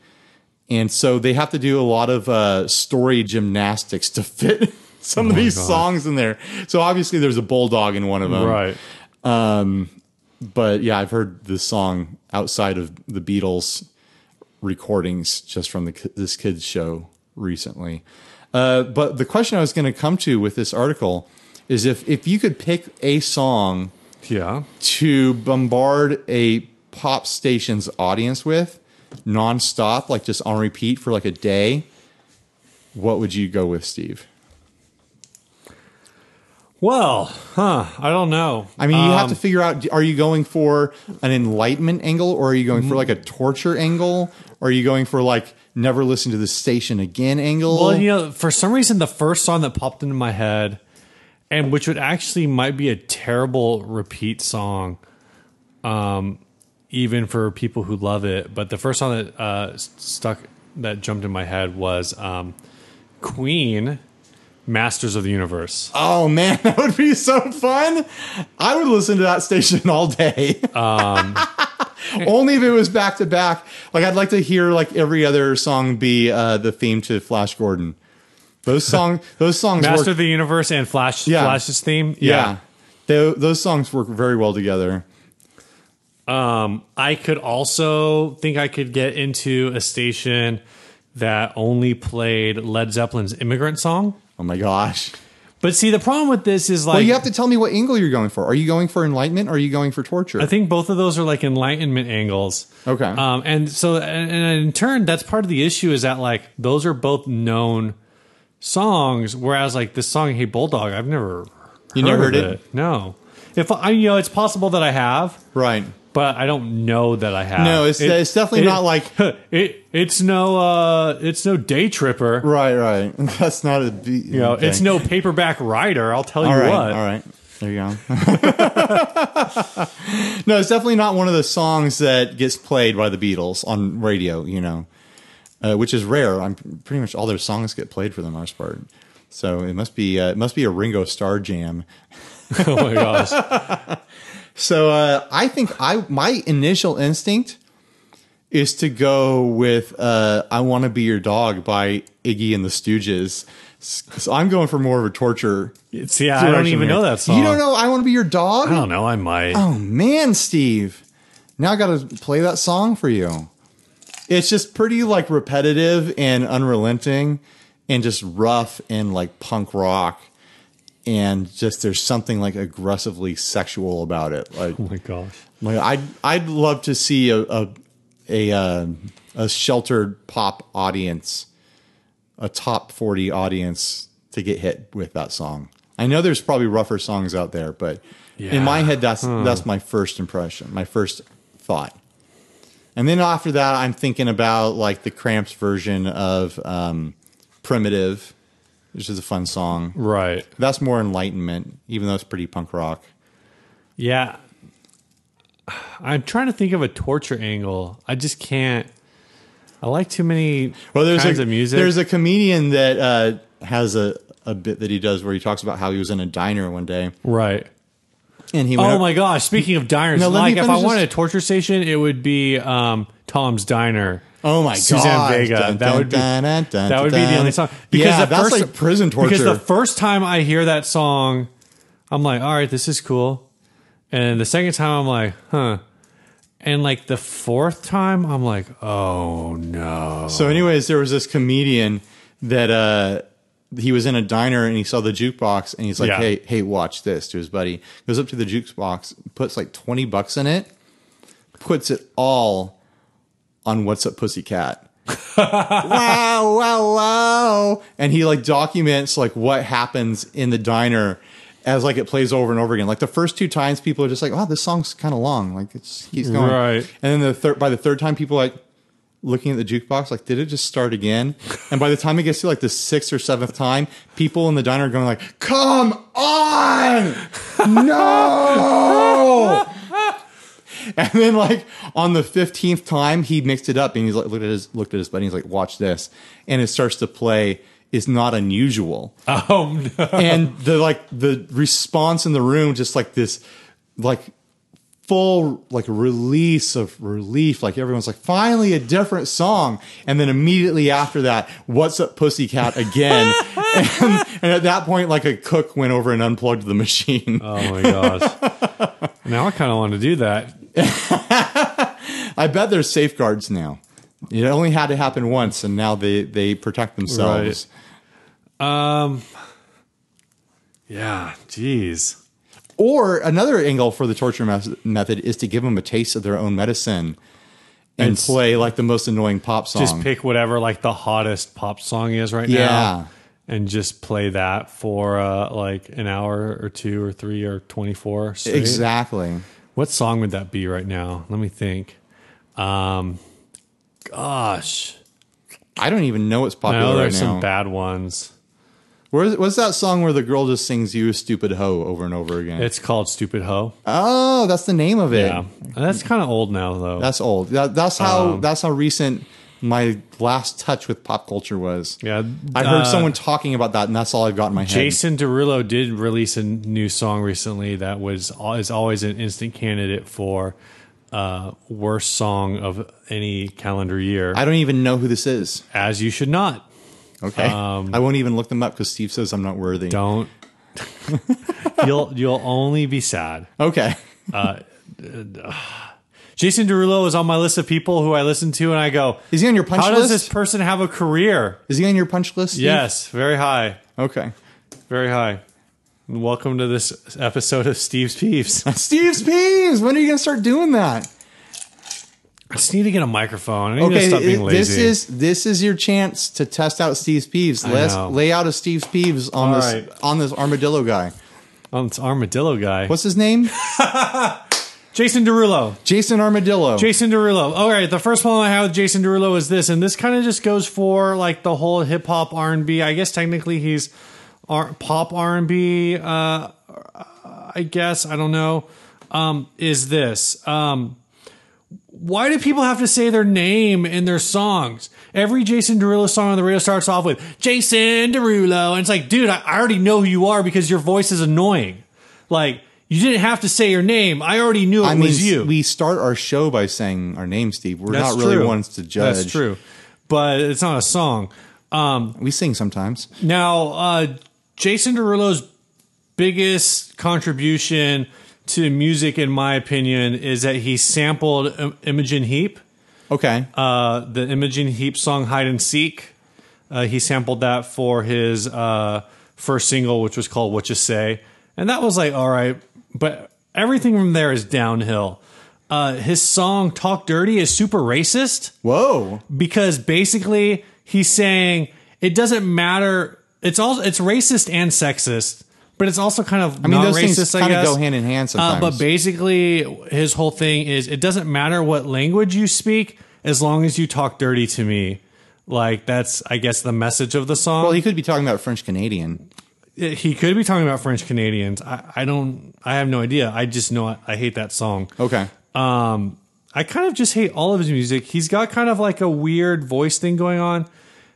[SPEAKER 2] And so they have to do a lot of uh, story gymnastics to fit <laughs> some of these
[SPEAKER 1] Oh God.
[SPEAKER 2] songs in there. So obviously there's a bulldog in one of them.
[SPEAKER 1] right.
[SPEAKER 2] But yeah, I've heard this song outside of the Beatles recordings just from the, ki- this kid's show recently. Uh, but the question I was going to come to with this article is if, if you could pick a song
[SPEAKER 1] Yeah.
[SPEAKER 2] to bombard a pop station's audience with nonstop, like just on repeat for like a day, what would you go with, Steve?
[SPEAKER 1] Well, huh? I don't know.
[SPEAKER 2] I mean, you have to figure out are you going for an enlightenment angle or are you going for like a torture angle? Or are you going for like never listen to the station again angle?
[SPEAKER 1] Well, you know, for some reason, the first song that popped into my head, and which would actually might be a terrible repeat song, um, even for people who love it. But the first song that uh, s- stuck that jumped in my head was um, Queen, "Masters of the Universe."
[SPEAKER 2] oh man, <laughs> that would be so fun. I would listen to that station all day.
[SPEAKER 1] Um,
[SPEAKER 2] <laughs> Only if it was back to back. Like I'd like to hear like every other song be uh, the theme to Flash Gordon.
[SPEAKER 1] <laughs>
[SPEAKER 2] Those song, those songs
[SPEAKER 1] Master
[SPEAKER 2] work.
[SPEAKER 1] of the Universe and Flash
[SPEAKER 2] Yeah.
[SPEAKER 1] Flash's theme.
[SPEAKER 2] yeah, Tho- those songs work very well together.
[SPEAKER 1] I could also think I could get into a station that only played Led Zeppelin's Immigrant Song.
[SPEAKER 2] Oh my gosh.
[SPEAKER 1] But see, the problem with this is like
[SPEAKER 2] Well, you have to tell me what angle you're going for. Are you going for enlightenment or are you going for torture?
[SPEAKER 1] I think both of those are like enlightenment angles.
[SPEAKER 2] Okay.
[SPEAKER 1] Um, and so, and, and in turn, that's part of the issue is that like those are both known songs, whereas like this song "Hey Bulldog," I've never
[SPEAKER 2] You never
[SPEAKER 1] of
[SPEAKER 2] heard it?
[SPEAKER 1] No. If I, you know, it's possible that I have,
[SPEAKER 2] right.
[SPEAKER 1] but I don't know that I have.
[SPEAKER 2] No, it's- it's definitely not like-
[SPEAKER 1] <laughs> it. It's no, uh, it's no day tripper.
[SPEAKER 2] Right, right. <laughs> That's not a beat.
[SPEAKER 1] You know, it's no paperback rider. I'll tell you
[SPEAKER 2] All
[SPEAKER 1] <laughs>
[SPEAKER 2] right,
[SPEAKER 1] what.
[SPEAKER 2] all right. There you go. <laughs> no, it's definitely not one of the songs that gets played by the Beatles on radio, you know, uh, which is rare. I'm pretty much all their songs get played for the most part. So it must be uh, it must be a Ringo Starr jam.
[SPEAKER 1] oh my gosh.
[SPEAKER 2] So uh, I think I my initial instinct is to go with uh, "I Want to Be Your Dog" by Iggy and the Stooges. S- So I'm going for more of a torture. <laughs>
[SPEAKER 1] It's, yeah, I don't
[SPEAKER 2] direction
[SPEAKER 1] even
[SPEAKER 2] here.
[SPEAKER 1] know that song.
[SPEAKER 2] You don't know "I Want to Be Your Dog"?
[SPEAKER 1] I don't know. I might.
[SPEAKER 2] Oh man, Steve. Now I got to play that song for you. It's just pretty like repetitive and unrelenting and just rough and like punk rock and just there's something like aggressively sexual about it. Like
[SPEAKER 1] Oh my gosh.
[SPEAKER 2] like I'd I'd love to see a a a, uh, a sheltered pop audience, a top forty audience to get hit with that song. I know there's probably rougher songs out there, but in my
[SPEAKER 1] Yeah.
[SPEAKER 2] head, that's that's my first impression, my first thought. And then after that, I'm thinking about like the Cramps version of um, "Primitive," which is a fun song.
[SPEAKER 1] Right.
[SPEAKER 2] That's more enlightenment, even though it's pretty punk rock.
[SPEAKER 1] Yeah. I'm trying to think of a torture angle. I just can't. I like too many
[SPEAKER 2] Well, there's
[SPEAKER 1] kinds
[SPEAKER 2] a
[SPEAKER 1] of music.
[SPEAKER 2] There's a comedian that uh, has a, a bit that he does where he talks about how he was in a diner one day
[SPEAKER 1] right.
[SPEAKER 2] and he went
[SPEAKER 1] Oh
[SPEAKER 2] up-
[SPEAKER 1] my gosh! Speaking of diners,
[SPEAKER 2] No, let
[SPEAKER 1] like
[SPEAKER 2] me
[SPEAKER 1] if I
[SPEAKER 2] finish this-
[SPEAKER 1] wanted a torture station, it would be um, Tom's Diner.
[SPEAKER 2] Oh my
[SPEAKER 1] Suzanne
[SPEAKER 2] God.
[SPEAKER 1] Vega.
[SPEAKER 2] Dun,
[SPEAKER 1] that
[SPEAKER 2] dun,
[SPEAKER 1] would be
[SPEAKER 2] dun, dun, dun,
[SPEAKER 1] that would be the
[SPEAKER 2] dun.
[SPEAKER 1] only song.
[SPEAKER 2] Yeah,
[SPEAKER 1] the
[SPEAKER 2] that's like prison
[SPEAKER 1] Because the
[SPEAKER 2] torture.
[SPEAKER 1] first time I hear that song, I'm like, all right, this is cool. And the second time, I'm like, huh. And like the fourth time, I'm like, oh no. <laughs>
[SPEAKER 2] So, anyways, there was this comedian that uh, he was in a diner and he saw the jukebox and he's like,
[SPEAKER 1] Yeah.
[SPEAKER 2] "Hey, hey, watch this!" to his buddy. Goes up to the jukebox, puts like twenty bucks in it, puts it all on "What's Up, Pussycat." wow, wow, wow! And he like documents like what happens in the diner. As like it plays over and over again. Like the first two times, people are just like, "Oh, this song's kind of long." Like it's keeps going.
[SPEAKER 1] Right.
[SPEAKER 2] And then the third, by the third time, people are like, looking at the jukebox, like, did it just start again? And by the time it gets to like the sixth or seventh time, people in the diner are going like, come on! No! <laughs> and then like on the fifteenth time, he mixed it up and he's like looked at his looked at his buddy, and he's like, watch this. And it starts to play is not unusual
[SPEAKER 1] Oh no.
[SPEAKER 2] and the like the response in the room just like this like full like release of relief like everyone's like finally a different song and then immediately after that what's up pussycat again <laughs> and, and at that point like a cook went over and unplugged the machine
[SPEAKER 1] Oh my gosh. <laughs> now I kind of want to do that.
[SPEAKER 2] i bet there's safeguards now it only had to happen once and now they they protect themselves
[SPEAKER 1] Yeah. Jeez.
[SPEAKER 2] or another angle for the torture mes- method is to give them a taste of their own medicine and,
[SPEAKER 1] And s-
[SPEAKER 2] play like the most annoying pop song
[SPEAKER 1] Just pick whatever like the hottest pop song is right
[SPEAKER 2] Yeah.
[SPEAKER 1] now. And just play that for uh, like an hour or two or three or 24. Straight.
[SPEAKER 2] Exactly.
[SPEAKER 1] What song would that be right now? Let me think. Um, gosh.
[SPEAKER 2] I don't even know what's
[SPEAKER 1] I
[SPEAKER 2] popular
[SPEAKER 1] know
[SPEAKER 2] right
[SPEAKER 1] there's
[SPEAKER 2] now.
[SPEAKER 1] some bad ones.
[SPEAKER 2] Where's, what's that song where the girl just sings "You a Stupid Hoe" over and over again?
[SPEAKER 1] It's called Stupid Ho.
[SPEAKER 2] oh, that's the name of it.
[SPEAKER 1] Yeah. Um, That's kind of old now, though.
[SPEAKER 2] Mm-hmm. That's old. That, that's how. that's how recent my last touch with pop culture was.
[SPEAKER 1] yeah.
[SPEAKER 2] I heard
[SPEAKER 1] uh,
[SPEAKER 2] someone talking about that, and that's all I've got in my
[SPEAKER 1] Jason Derulo did release a new song recently that was is always an instant candidate for uh, worst song of any calendar year.
[SPEAKER 2] head. I don't even know who this is.
[SPEAKER 1] as you should not.
[SPEAKER 2] Okay, I won't even look them up because Steve says I'm not worthy.
[SPEAKER 1] Um, Don't. <laughs> you'll you'll only be sad.
[SPEAKER 2] Okay,
[SPEAKER 1] Jason Derulo is on my list of people who I listen to, and I go,
[SPEAKER 2] is he on your punch
[SPEAKER 1] "How does
[SPEAKER 2] list?
[SPEAKER 1] this person have a career?"
[SPEAKER 2] Is he on your punch list? Steve?
[SPEAKER 1] Yes, very high,
[SPEAKER 2] Okay. <laughs>
[SPEAKER 1] very high. Welcome to this episode of Steve's Peeps. <laughs> I
[SPEAKER 2] Steve's peeves. When are you gonna start doing that?
[SPEAKER 1] just need to get a microphone. I need to
[SPEAKER 2] Okay,
[SPEAKER 1] stop being
[SPEAKER 2] it-
[SPEAKER 1] lazy.
[SPEAKER 2] this is this is your chance to test out Steve's peeves. Let's
[SPEAKER 1] know.
[SPEAKER 2] lay out a Steve's peeves on
[SPEAKER 1] All
[SPEAKER 2] this
[SPEAKER 1] right.
[SPEAKER 2] on this armadillo guy.
[SPEAKER 1] Oh, it's Armadillo guy.
[SPEAKER 2] What's
[SPEAKER 1] <laughs>
[SPEAKER 2] his name?
[SPEAKER 1] Jason Derulo.
[SPEAKER 2] Jason Armadillo.
[SPEAKER 1] Jason Derulo. All right, the first problem I have with Jason Derulo is this, and this kind of just goes for like the whole hip hop R and B. I guess technically he's R- pop R and B. Uh, I guess I don't know. Um, is this? Um, why do people have to say their name in their songs? Every Jason Derulo song on the radio starts off with Jason Derulo, and it's like, dude, I I already know who you are because your voice is annoying. Like. You didn't have to say your name. I already knew it
[SPEAKER 2] I mean,
[SPEAKER 1] was you.
[SPEAKER 2] we start our show by saying our name, Steve. We're
[SPEAKER 1] That's
[SPEAKER 2] not really
[SPEAKER 1] true.
[SPEAKER 2] ones to judge.
[SPEAKER 1] That's true. But it's not a song.
[SPEAKER 2] We sing sometimes.
[SPEAKER 1] Now, uh, Jason Derulo's biggest contribution to music, in my opinion, is that he sampled um, Imogen Heap,
[SPEAKER 2] Okay.
[SPEAKER 1] uh, the Imogen Heap song Hide and Seek. Uh, he sampled that for his uh, first single, which was called What You Say. And that was like, all right, but everything from there is downhill. Uh, his song Talk Dirty is super racist
[SPEAKER 2] Whoa.
[SPEAKER 1] because basically he's saying it doesn't matter. It's all it's racist and sexist, but it's also kind of
[SPEAKER 2] I mean,
[SPEAKER 1] not
[SPEAKER 2] those things
[SPEAKER 1] racist. I
[SPEAKER 2] kind of
[SPEAKER 1] guess.
[SPEAKER 2] go hand in hand
[SPEAKER 1] uh,
[SPEAKER 2] sometimes.
[SPEAKER 1] but basically, his whole thing is it doesn't matter what language you speak as long as you talk dirty to me. Like that's I guess the message of the song.
[SPEAKER 2] well, he could be talking about French Canadian.
[SPEAKER 1] he, could be talking about French Canadians. I, I don't. I have no idea. I just know I, I hate that song.
[SPEAKER 2] Okay.
[SPEAKER 1] Um, I kind of just hate all of his music. He's got kind of like a weird voice thing going on,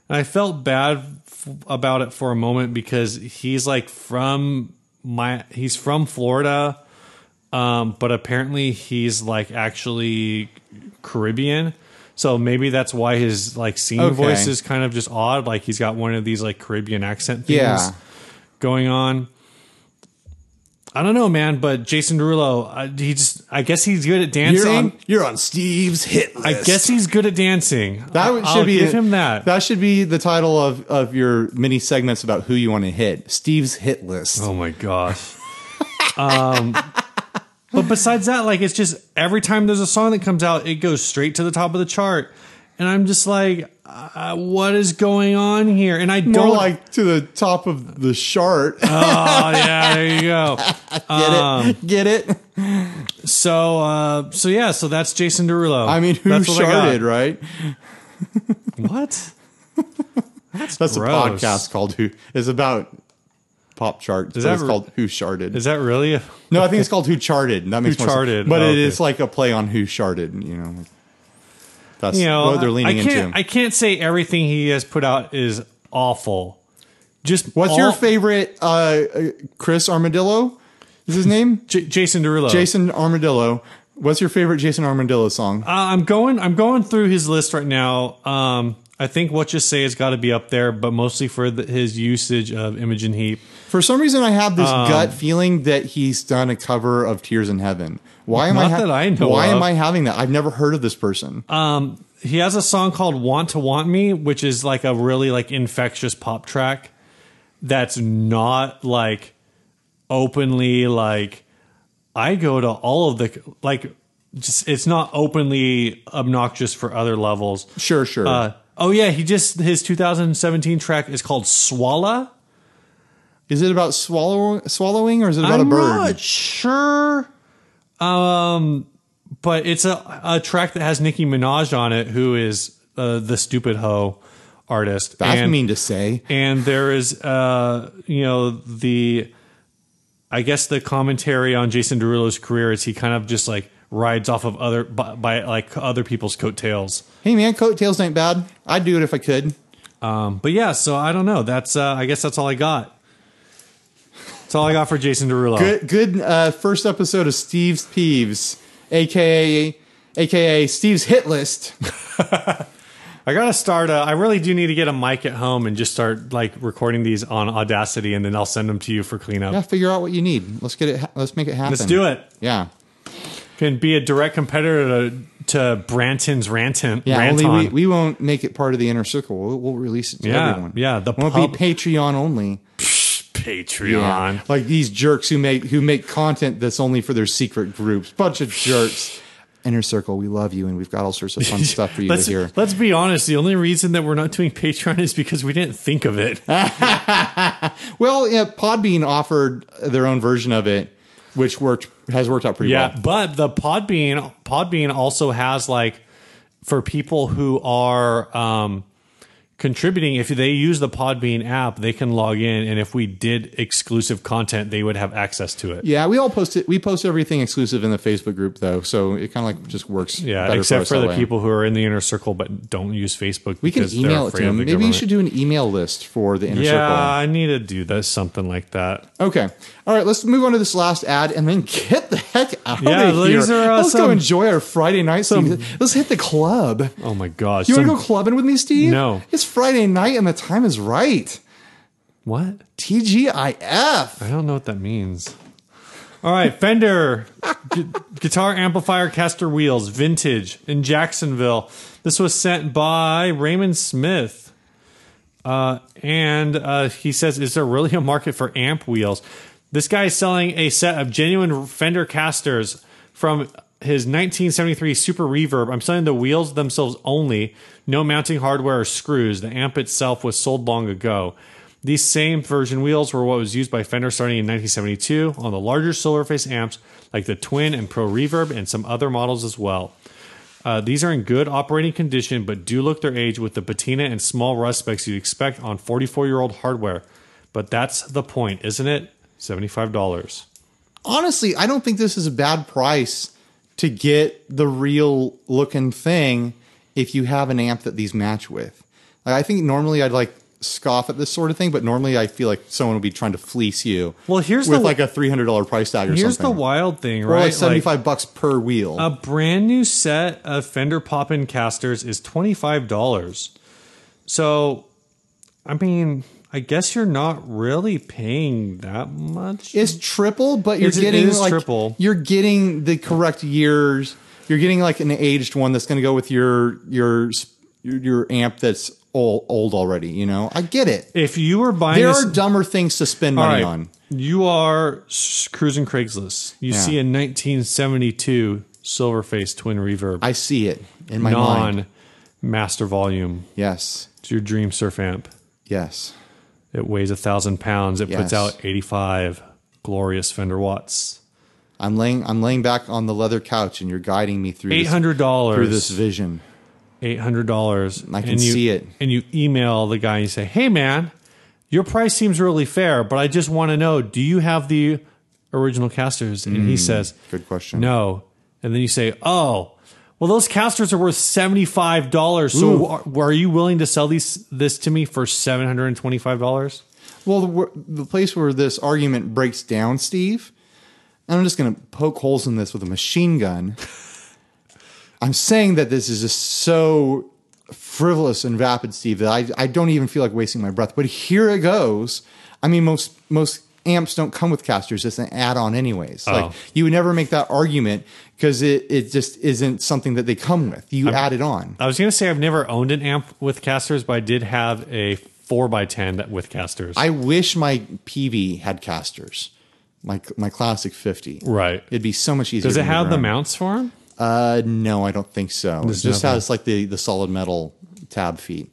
[SPEAKER 1] and I felt bad f- about it for a moment because he's like from my he's from Florida, um, but apparently he's like actually Caribbean. So maybe that's why his like singing
[SPEAKER 2] Okay.
[SPEAKER 1] voice is kind of just odd. Like he's got one of these like Caribbean accent things
[SPEAKER 2] Yeah.
[SPEAKER 1] going on. I don't know, man, but Jason Derulo, uh, he just I guess he's good at dancing.
[SPEAKER 2] You're on, you're on Steve's hit list.
[SPEAKER 1] I guess he's good at dancing.
[SPEAKER 2] That
[SPEAKER 1] I-
[SPEAKER 2] would- should
[SPEAKER 1] I'll
[SPEAKER 2] be
[SPEAKER 1] give him that.
[SPEAKER 2] That should be the title of, of your mini segments about who you want to hit. Steve's hit list.
[SPEAKER 1] Oh my <laughs> gosh. um, but besides that, like it's just every time there's a song that comes out, it goes straight to the top of the chart, and I'm just like, uh, what is going on here? And I
[SPEAKER 2] More
[SPEAKER 1] don't
[SPEAKER 2] like to the top of the chart.
[SPEAKER 1] Oh yeah, there you
[SPEAKER 2] <laughs>
[SPEAKER 1] go.
[SPEAKER 2] Get
[SPEAKER 1] Uh-uh.
[SPEAKER 2] it? Get it?
[SPEAKER 1] So uh, so yeah, so that's Jason Derulo.
[SPEAKER 2] I mean, who
[SPEAKER 1] That's what I got.
[SPEAKER 2] charted, right?
[SPEAKER 1] What?
[SPEAKER 2] That's a
[SPEAKER 1] gross.
[SPEAKER 2] podcast called Who. It's about pop charts. Is
[SPEAKER 1] that
[SPEAKER 2] it's
[SPEAKER 1] re-
[SPEAKER 2] called Who Charted.
[SPEAKER 1] Is that really? A,
[SPEAKER 2] no, I think it's called Who Charted. and That makes more sense.
[SPEAKER 1] Charted?
[SPEAKER 2] But
[SPEAKER 1] Oh,
[SPEAKER 2] it is
[SPEAKER 1] okay.
[SPEAKER 2] like a play on Who Charted. You know, like, that's
[SPEAKER 1] you know,
[SPEAKER 2] what they're leaning
[SPEAKER 1] I can't,
[SPEAKER 2] into.
[SPEAKER 1] I can't say everything he has put out is awful. Just
[SPEAKER 2] What's
[SPEAKER 1] all-
[SPEAKER 2] your favorite? Uh, uh, Chris Armadillo is
[SPEAKER 1] <laughs>
[SPEAKER 2] his name.
[SPEAKER 1] J- Jason Derulo?
[SPEAKER 2] Jason Armadillo. What's your favorite Jason Armadillo song?
[SPEAKER 1] Uh, I'm going. I'm going through his list right now. Um, I think what you say has got to be up there, but mostly for the, his usage of Imogen Heap.
[SPEAKER 2] For some reason, I have this
[SPEAKER 1] um,
[SPEAKER 2] gut feeling that he's done a cover of Tears in Heaven. Why am I?
[SPEAKER 1] Not that I know
[SPEAKER 2] Why
[SPEAKER 1] of.
[SPEAKER 2] am I having that? I've never heard of this person.
[SPEAKER 1] Um, he has a song called "Want to Want Me," which is like a really like infectious pop track that's not like openly like I go to all of the like just it's not openly obnoxious for other levels.
[SPEAKER 2] sure, sure.
[SPEAKER 1] Uh, oh yeah, he just his 2017 track is called "Swalla."
[SPEAKER 2] is it about swallow, swallowing or is it about
[SPEAKER 1] I'm
[SPEAKER 2] a bird?
[SPEAKER 1] not sure. Um, but it's a a track that has Nicki Minaj on it, who is uh, the stupid hoe artist.
[SPEAKER 2] That's
[SPEAKER 1] and,
[SPEAKER 2] mean to say.
[SPEAKER 1] And there is uh, you know the, I guess the commentary on Jason Derulo's career is he kind of just like rides off of other by, by like other people's coattails.
[SPEAKER 2] Hey man, coattails ain't bad. I'd do it if I could.
[SPEAKER 1] Um, but yeah, so I don't know. That's uh, I guess that's all I got. That's all I got for Jason Derulo.
[SPEAKER 2] Good, good uh, first episode of Steve's Peeves, aka aka Steve's Hit List. <laughs>
[SPEAKER 1] I gotta start. Uh, I really do need to get a mic at home and just start like recording these on Audacity, and then I'll send them to you for cleanup.
[SPEAKER 2] yeah, figure out what you need. Let's get it. ha- Let's make it happen.
[SPEAKER 1] Let's do it.
[SPEAKER 2] Yeah,
[SPEAKER 1] Can be a direct competitor to, to Branton's Ranton.
[SPEAKER 2] yeah.
[SPEAKER 1] Ranton.
[SPEAKER 2] Only we, we won't make it part of the inner circle. We'll, we'll release it to
[SPEAKER 1] Yeah,
[SPEAKER 2] everyone.
[SPEAKER 1] yeah, the
[SPEAKER 2] it won't
[SPEAKER 1] pub-
[SPEAKER 2] be Patreon only.
[SPEAKER 1] Patreon.
[SPEAKER 2] Like these jerks who make who make content that's only for their secret groups. Bunch of jerks. Inner circle, we love you, and we've got all sorts of
[SPEAKER 1] <laughs>
[SPEAKER 2] fun stuff for you
[SPEAKER 1] Let's,
[SPEAKER 2] to hear.
[SPEAKER 1] let's be honest. The only reason that we're not doing <laughs> Patreon is because we didn't think of it.
[SPEAKER 2] Ah. Well, yeah, Podbean offered their own version of it, which worked has worked out pretty
[SPEAKER 1] Yeah,
[SPEAKER 2] well.
[SPEAKER 1] but the Podbean Podbean also has like for people who are um, contributing. If they use the Podbean app, they can log in, and if we did exclusive content, they would have access to it.
[SPEAKER 2] Yeah, we all post it. We post everything exclusive in the Facebook group, though, so it kind of like just works.
[SPEAKER 1] Yeah,
[SPEAKER 2] better
[SPEAKER 1] except
[SPEAKER 2] us
[SPEAKER 1] for,
[SPEAKER 2] that
[SPEAKER 1] the
[SPEAKER 2] way.
[SPEAKER 1] people who are in the inner circle but don't use Facebook.
[SPEAKER 2] We can
[SPEAKER 1] because they're
[SPEAKER 2] email it to
[SPEAKER 1] afraid of
[SPEAKER 2] them.
[SPEAKER 1] the
[SPEAKER 2] Maybe you
[SPEAKER 1] government.
[SPEAKER 2] should do an email list for the inner
[SPEAKER 1] Yeah,
[SPEAKER 2] circle.
[SPEAKER 1] I need to do that something like that.
[SPEAKER 2] Okay. All right. Let's move on to this last ad and then get the heck out
[SPEAKER 1] Yeah,
[SPEAKER 2] of here.
[SPEAKER 1] these are, uh,
[SPEAKER 2] let's go
[SPEAKER 1] some-
[SPEAKER 2] enjoy our Friday night. Steve. let's hit the club.
[SPEAKER 1] Oh my gosh!
[SPEAKER 2] You want to
[SPEAKER 1] Some-
[SPEAKER 2] go clubbing with me, Steve?
[SPEAKER 1] No.
[SPEAKER 2] It's Friday night and the time is right.
[SPEAKER 1] what?
[SPEAKER 2] TGIF.
[SPEAKER 1] I don't know what that means. All right, Fender gu- guitar amplifier caster wheels, vintage in Jacksonville. This was sent by Raymond Smith. Uh, and uh, he says, Is there really a market for amp wheels? This guy is selling a set of genuine Fender casters from his 1973 Super Reverb. I'm selling the wheels themselves only, no mounting hardware or screws. The amp itself was sold long ago. These same version wheels were what was used by Fender starting in 1972 on the larger Solarface amps like the Twin and Pro Reverb and some other models as well. Uh, these are in good operating condition, but do look their age with the patina and small rust specs you'd expect on 44 year old hardware. But that's the point, isn't it? $75.
[SPEAKER 2] Honestly, I don't think this is a bad price to get the real looking thing if you have an amp that these match with. Like, I think normally I'd like scoff at this sort of thing, but normally I feel like someone would be trying to fleece you.
[SPEAKER 1] Well, here's
[SPEAKER 2] with
[SPEAKER 1] the-
[SPEAKER 2] like a three hundred dollar price tag or
[SPEAKER 1] Here's the Uh,
[SPEAKER 2] something.
[SPEAKER 1] wild thing,
[SPEAKER 2] or
[SPEAKER 1] right?
[SPEAKER 2] like seventy five bucks per wheel.
[SPEAKER 1] A brand new set of Fender Poppin casters is $25. So, I mean, I guess you're not really paying that much.
[SPEAKER 2] It's triple, but you're
[SPEAKER 1] It's- it
[SPEAKER 2] getting
[SPEAKER 1] is
[SPEAKER 2] like
[SPEAKER 1] triple.
[SPEAKER 2] you're getting the correct years. You're getting like an aged one that's going to go with your your your, your amp that's old, old already. You know, I get it.
[SPEAKER 1] if you were buying
[SPEAKER 2] There
[SPEAKER 1] this-
[SPEAKER 2] are dumber things to spend
[SPEAKER 1] All
[SPEAKER 2] money
[SPEAKER 1] right,
[SPEAKER 2] on.
[SPEAKER 1] you are s- cruising Craigslist. You
[SPEAKER 2] Yeah.
[SPEAKER 1] see a 1972 Silverface twin reverb
[SPEAKER 2] I see it in my mind.
[SPEAKER 1] non master volume.
[SPEAKER 2] Yes,
[SPEAKER 1] It's your dream surf amp.
[SPEAKER 2] yes.
[SPEAKER 1] It weighs a thousand pounds. It
[SPEAKER 2] Yes.
[SPEAKER 1] puts out 85 glorious Fender watts.
[SPEAKER 2] I'm laying I'm laying back on the leather couch, and you're guiding me through
[SPEAKER 1] Eight
[SPEAKER 2] this,
[SPEAKER 1] hundred
[SPEAKER 2] through
[SPEAKER 1] dollars.
[SPEAKER 2] this vision.
[SPEAKER 1] Eight hundred dollars. I
[SPEAKER 2] can see it.
[SPEAKER 1] And you email the guy and you say, "Hey, man, your price seems really fair, but I just want to know: Do you have the original casters?" And
[SPEAKER 2] Hmm.
[SPEAKER 1] he says,
[SPEAKER 2] Good question.
[SPEAKER 1] No. And then you say, oh, well, those casters are worth $75. So are, are you willing to sell these this to me for $725?
[SPEAKER 2] Well, the, wor- the place where this argument breaks down, Steve, and I'm just going to poke holes in this with a machine gun. I'm saying that this is just so frivolous and vapid, Steve, that I, I don't even feel like wasting my breath. But here it goes. I mean, most most amps don't come with casters. It's an add-on, anyways. Like you would never make that argument because it, it just isn't something that they come with. You add it on.
[SPEAKER 1] I was going to say I've never owned an amp with casters, but I did have a 4x10 that with casters.
[SPEAKER 2] I wish my PV had casters. My my classic fifty.
[SPEAKER 1] right.
[SPEAKER 2] It'd be so much easier.
[SPEAKER 1] Does
[SPEAKER 2] to
[SPEAKER 1] it
[SPEAKER 2] move
[SPEAKER 1] have the
[SPEAKER 2] around.
[SPEAKER 1] mounts for them?
[SPEAKER 2] Uh, no, I don't think so. it just
[SPEAKER 1] nothing.
[SPEAKER 2] has like the the solid metal tab feet.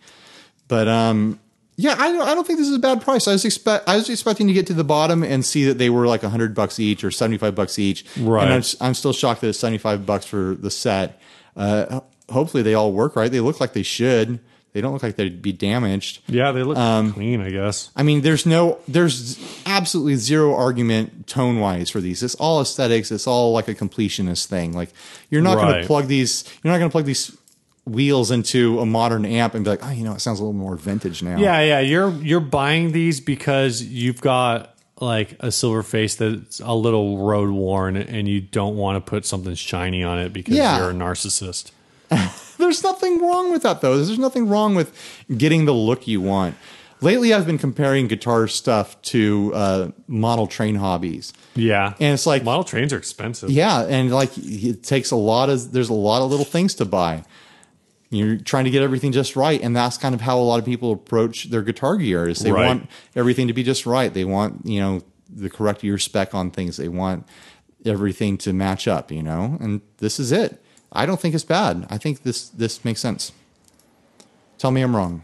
[SPEAKER 2] But um, yeah, I don't, I don't think this is a bad price. I was expect I was expecting to get to the bottom and see that they were like hundred bucks each or seventy five bucks each.
[SPEAKER 1] Right.
[SPEAKER 2] And I'm, s- I'm still shocked that it's seventy five bucks for the set. Uh, ho- hopefully they all work right. They look like they should. They don't look like they'd be damaged.
[SPEAKER 1] Yeah, they look clean, I guess.
[SPEAKER 2] I mean, there's no, there's absolutely zero argument tone wise for these. It's all aesthetics. It's all like a completionist thing. Like you're not going
[SPEAKER 1] Right.
[SPEAKER 2] to plug these, you're not going to plug these wheels into a modern amp and be like, oh, you know, it sounds a little more vintage now.
[SPEAKER 1] Yeah, yeah, you're you're buying these because you've got like a silver face that's a little road worn and you don't want to put something shiny on it because
[SPEAKER 2] Yeah.
[SPEAKER 1] you're a narcissist.
[SPEAKER 2] There's nothing wrong with that though. There's nothing wrong with getting the look you want. Lately, I've been comparing guitar stuff to uh, model train hobbies.
[SPEAKER 1] Yeah.
[SPEAKER 2] And it's like,
[SPEAKER 1] model trains are expensive.
[SPEAKER 2] Yeah, and like it takes a lot of there's a lot of little things to buy. You're trying to get everything just right, and that's kind of how a lot of people approach their guitar gear. Is they
[SPEAKER 1] Right.
[SPEAKER 2] want everything to be just right. They want you know the correct year spec on things. They want everything to match up. You know, and this is it. I don't think it's bad. I think this this makes sense. Tell me I'm wrong.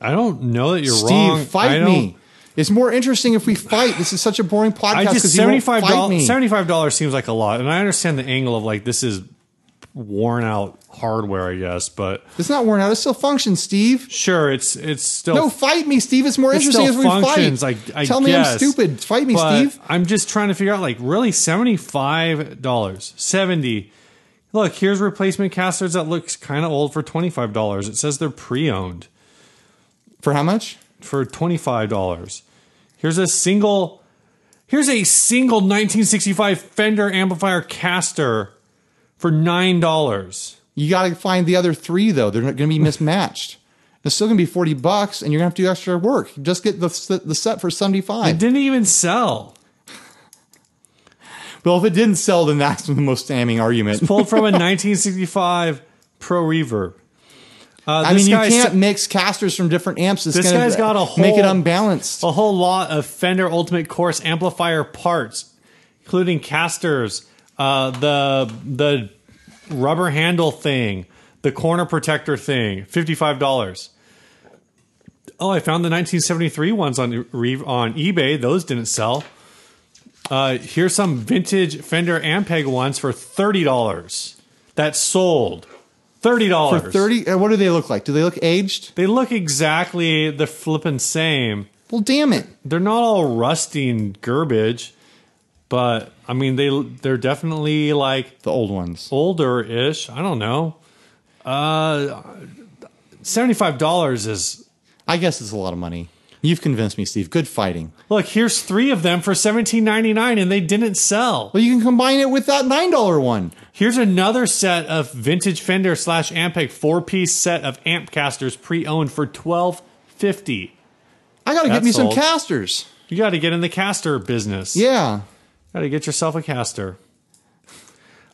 [SPEAKER 1] I don't know that you're
[SPEAKER 2] Steve,
[SPEAKER 1] wrong. I
[SPEAKER 2] fight
[SPEAKER 1] don't-
[SPEAKER 2] me. It's more interesting if we fight. This is such a boring
[SPEAKER 1] I
[SPEAKER 2] podcast
[SPEAKER 1] just
[SPEAKER 2] because you
[SPEAKER 1] seventy
[SPEAKER 2] won't
[SPEAKER 1] five
[SPEAKER 2] fight me.
[SPEAKER 1] dollars. Seventy five dollars seems like a lot, and I understand the angle of like this is worn out hardware, I guess. But
[SPEAKER 2] It's not worn out. It still functions, Steve.
[SPEAKER 1] sure, it's it's still
[SPEAKER 2] No, fight me, Steve. It's more
[SPEAKER 1] it
[SPEAKER 2] interesting if
[SPEAKER 1] still
[SPEAKER 2] we
[SPEAKER 1] functions.
[SPEAKER 2] fight.
[SPEAKER 1] I, I
[SPEAKER 2] Tell me I'm
[SPEAKER 1] guess.
[SPEAKER 2] stupid. Fight me,
[SPEAKER 1] But
[SPEAKER 2] Steve.
[SPEAKER 1] I'm just trying to figure out like really seventy five dollars, seventy. Look, here's replacement casters that looks kind of old for twenty five dollars. It says they're pre owned.
[SPEAKER 2] For how much?
[SPEAKER 1] for $25. Here's a single Here's a single 1965 Fender amplifier caster for $9.
[SPEAKER 2] You got to find the other three though. They're
[SPEAKER 1] <laughs>
[SPEAKER 2] not going to be mismatched. It's still going to be forty bucks, and you're going to have to do extra work. Just get the set- the set for seventy
[SPEAKER 1] It
[SPEAKER 2] five.
[SPEAKER 1] didn't even sell.
[SPEAKER 2] Well, if it didn't sell, then that's the most damning argument.
[SPEAKER 1] Pulled from a
[SPEAKER 2] <laughs>
[SPEAKER 1] 1965 Pro Reverb. Uh,
[SPEAKER 2] I mean, you
[SPEAKER 1] guy's-
[SPEAKER 2] can't mix casters from different amps. It's
[SPEAKER 1] This
[SPEAKER 2] gonna
[SPEAKER 1] guy's got a
[SPEAKER 2] make it
[SPEAKER 1] whole-
[SPEAKER 2] unbalanced.
[SPEAKER 1] a whole lot of Fender Ultimate Course amplifier parts, including casters, uh, the the rubber handle thing, the corner protector thing, fifty five dollars. Oh, I found the 1973 ones on re- on eBay. Those didn't sell. Uh, here's some vintage Fender Ampeg ones for thirty dollars. That sold thirty dollars
[SPEAKER 2] For thirty, uh, what do they look like? Do they look aged?
[SPEAKER 1] They look exactly the flippin' same
[SPEAKER 2] Well, damn it.
[SPEAKER 1] they're not all rusty and garbage. But I mean, they they're definitely like
[SPEAKER 2] The old ones.
[SPEAKER 1] older ish. I don't know. Uh, seventy five dollars is
[SPEAKER 2] I guess it's a lot of money. You've convinced me, Steve. Good fighting.
[SPEAKER 1] look. Here's three of them for seventeen ninety nine, and they didn't sell.
[SPEAKER 2] Well, you can combine it with that nine dollar one.
[SPEAKER 1] Here's another set of vintage Fender slash Ampeg four piece set of amp casters pre owned for twelve fifty.
[SPEAKER 2] I got to get
[SPEAKER 1] That's
[SPEAKER 2] me
[SPEAKER 1] old.
[SPEAKER 2] some casters.
[SPEAKER 1] You got to get in the caster business.
[SPEAKER 2] Yeah,
[SPEAKER 1] Got to get yourself a caster.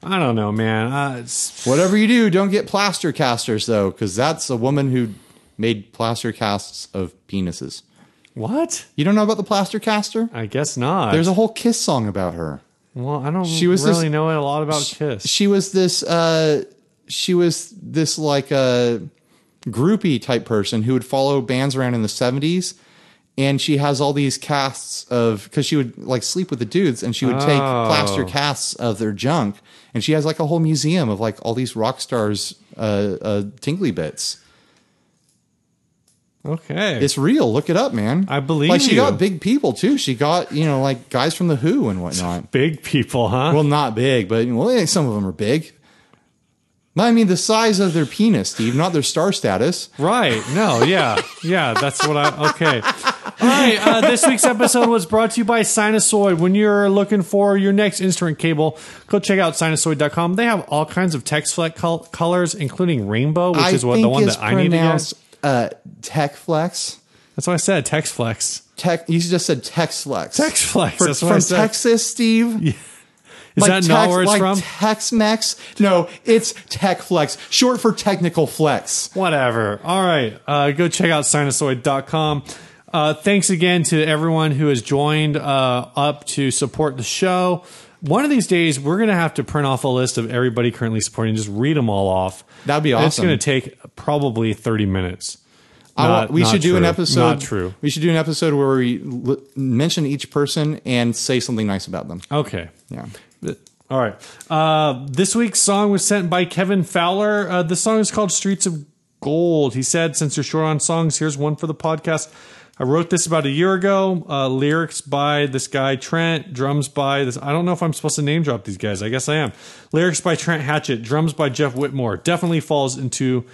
[SPEAKER 1] I don't know, man. Uh, it's-
[SPEAKER 2] whatever you do, don't get plaster casters though, because that's a woman who made plaster casts of penises.
[SPEAKER 1] what?
[SPEAKER 2] You don't know about the plaster caster?
[SPEAKER 1] I guess not.
[SPEAKER 2] There's a whole Kiss song about her.
[SPEAKER 1] well, I don't
[SPEAKER 2] She was
[SPEAKER 1] really
[SPEAKER 2] this-
[SPEAKER 1] know a lot about Kiss.
[SPEAKER 2] She was this. Uh, she was this like uh, groupie type person who would follow bands around in the '70s, and she has all these casts of because she would like sleep with the dudes, and she would take
[SPEAKER 1] Oh.
[SPEAKER 2] plaster casts of their junk, and she has like a whole museum of like all these rock stars' uh, uh, tingly bits.
[SPEAKER 1] okay.
[SPEAKER 2] It's real. Look it up, man.
[SPEAKER 1] I believe
[SPEAKER 2] Like she
[SPEAKER 1] you.
[SPEAKER 2] got big people too. She got you know like guys from the Who and whatnot.
[SPEAKER 1] big people, huh?
[SPEAKER 2] Well, not big, but well, yeah, some of them are big. But I mean, the size of their penis, Steve, not their star status.
[SPEAKER 1] Right. No, yeah. Yeah, that's what I. Okay. All right. Uh, this week's episode was brought to you by Sinusoid. When you're looking for your next instrument cable, go check out sinusoid.com. They have all kinds of text flex col- colors, including rainbow, which
[SPEAKER 2] I
[SPEAKER 1] is what the
[SPEAKER 2] think
[SPEAKER 1] one
[SPEAKER 2] it's
[SPEAKER 1] that I need to get.
[SPEAKER 2] pronounced, Uh, tech flex.
[SPEAKER 1] That's what I said. Text flex.
[SPEAKER 2] Tech. You just said tex flex.
[SPEAKER 1] Tex flex.
[SPEAKER 2] For-
[SPEAKER 1] that's what
[SPEAKER 2] from
[SPEAKER 1] I said.
[SPEAKER 2] Texas, Steve. Yeah.
[SPEAKER 1] is that not where it's
[SPEAKER 2] like
[SPEAKER 1] from?
[SPEAKER 2] Tex Mex? No, it's Tech Flex, short for Technical Flex.
[SPEAKER 1] Whatever. All right. Uh, go check out sinusoid.com. Uh, thanks again to everyone who has joined uh, up to support the show. One of these days, we're going to have to print off a list of everybody currently supporting and just read them all off.
[SPEAKER 2] That'd be
[SPEAKER 1] And It's
[SPEAKER 2] awesome.
[SPEAKER 1] going to take probably 30 minutes.
[SPEAKER 2] I want-
[SPEAKER 1] Not-
[SPEAKER 2] we
[SPEAKER 1] not
[SPEAKER 2] should do an
[SPEAKER 1] true.
[SPEAKER 2] episode.
[SPEAKER 1] Not true.
[SPEAKER 2] We should do an episode where we l- mention each person and say something nice about them.
[SPEAKER 1] Okay.
[SPEAKER 2] Yeah.
[SPEAKER 1] All right. Uh, this week's song was sent by Kevin Fowler. Uh, the song is called Streets of Gold. He said, Since you're short on songs, here's one for the podcast. I wrote this about a year ago. Uh, lyrics by this guy Trent, drums by this. I don't know if I'm supposed to name drop these guys. I guess I am. Lyrics by Trent Hatchett, drums by Jeff Whitmore. Definitely falls into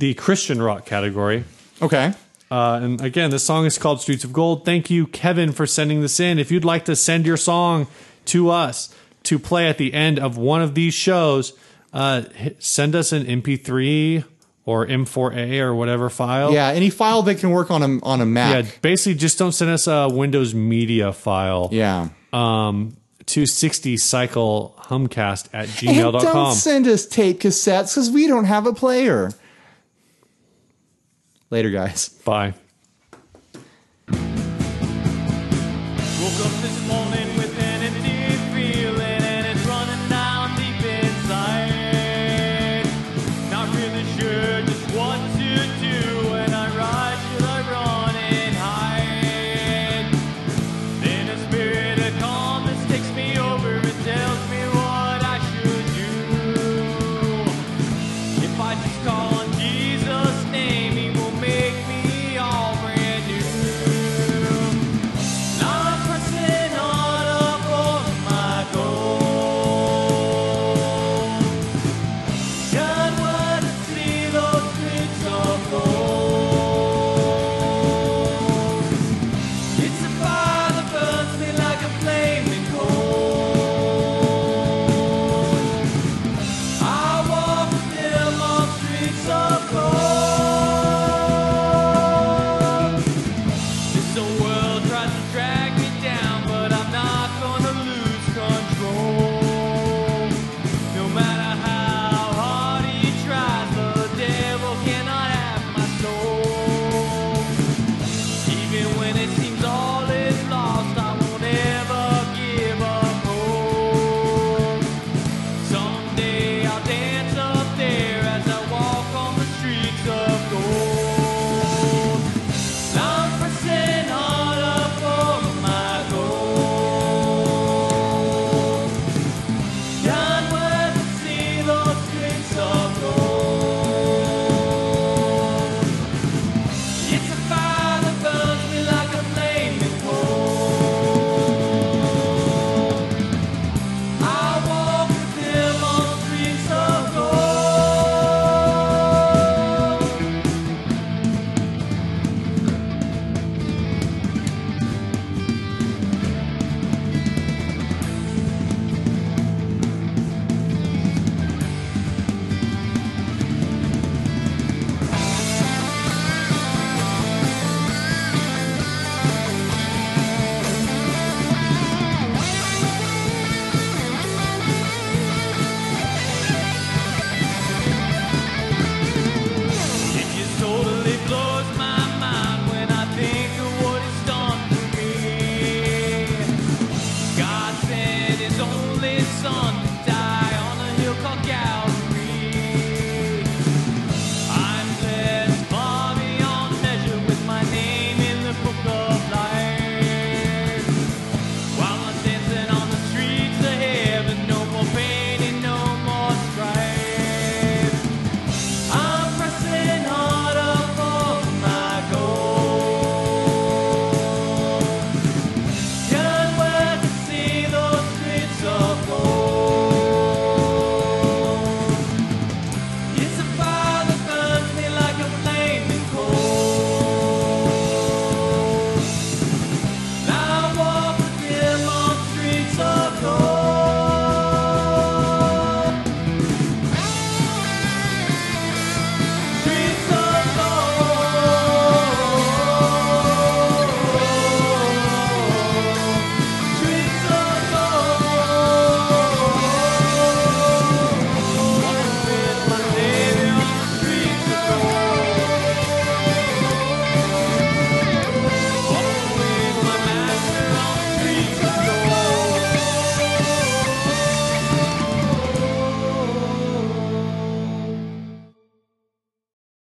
[SPEAKER 1] the Christian rock category.
[SPEAKER 2] Okay.
[SPEAKER 1] Uh, and again, this song is called Streets of Gold. Thank you, Kevin, for sending this in. If you'd like to send your song to us to play at the end of one of these shows, uh, hit, send us an MP3 or M4A or whatever file.
[SPEAKER 2] Yeah, any file that can work on a on a
[SPEAKER 1] Yeah,
[SPEAKER 2] Mac.
[SPEAKER 1] basically, just don't send us a Windows Media file.
[SPEAKER 2] Yeah.
[SPEAKER 1] Um, 260 cycle humcast at
[SPEAKER 2] And don't
[SPEAKER 1] gmail.com.
[SPEAKER 2] send us tape cassettes because we don't have a player. Later, guys.
[SPEAKER 1] Bye.
[SPEAKER 3] Woke up this morning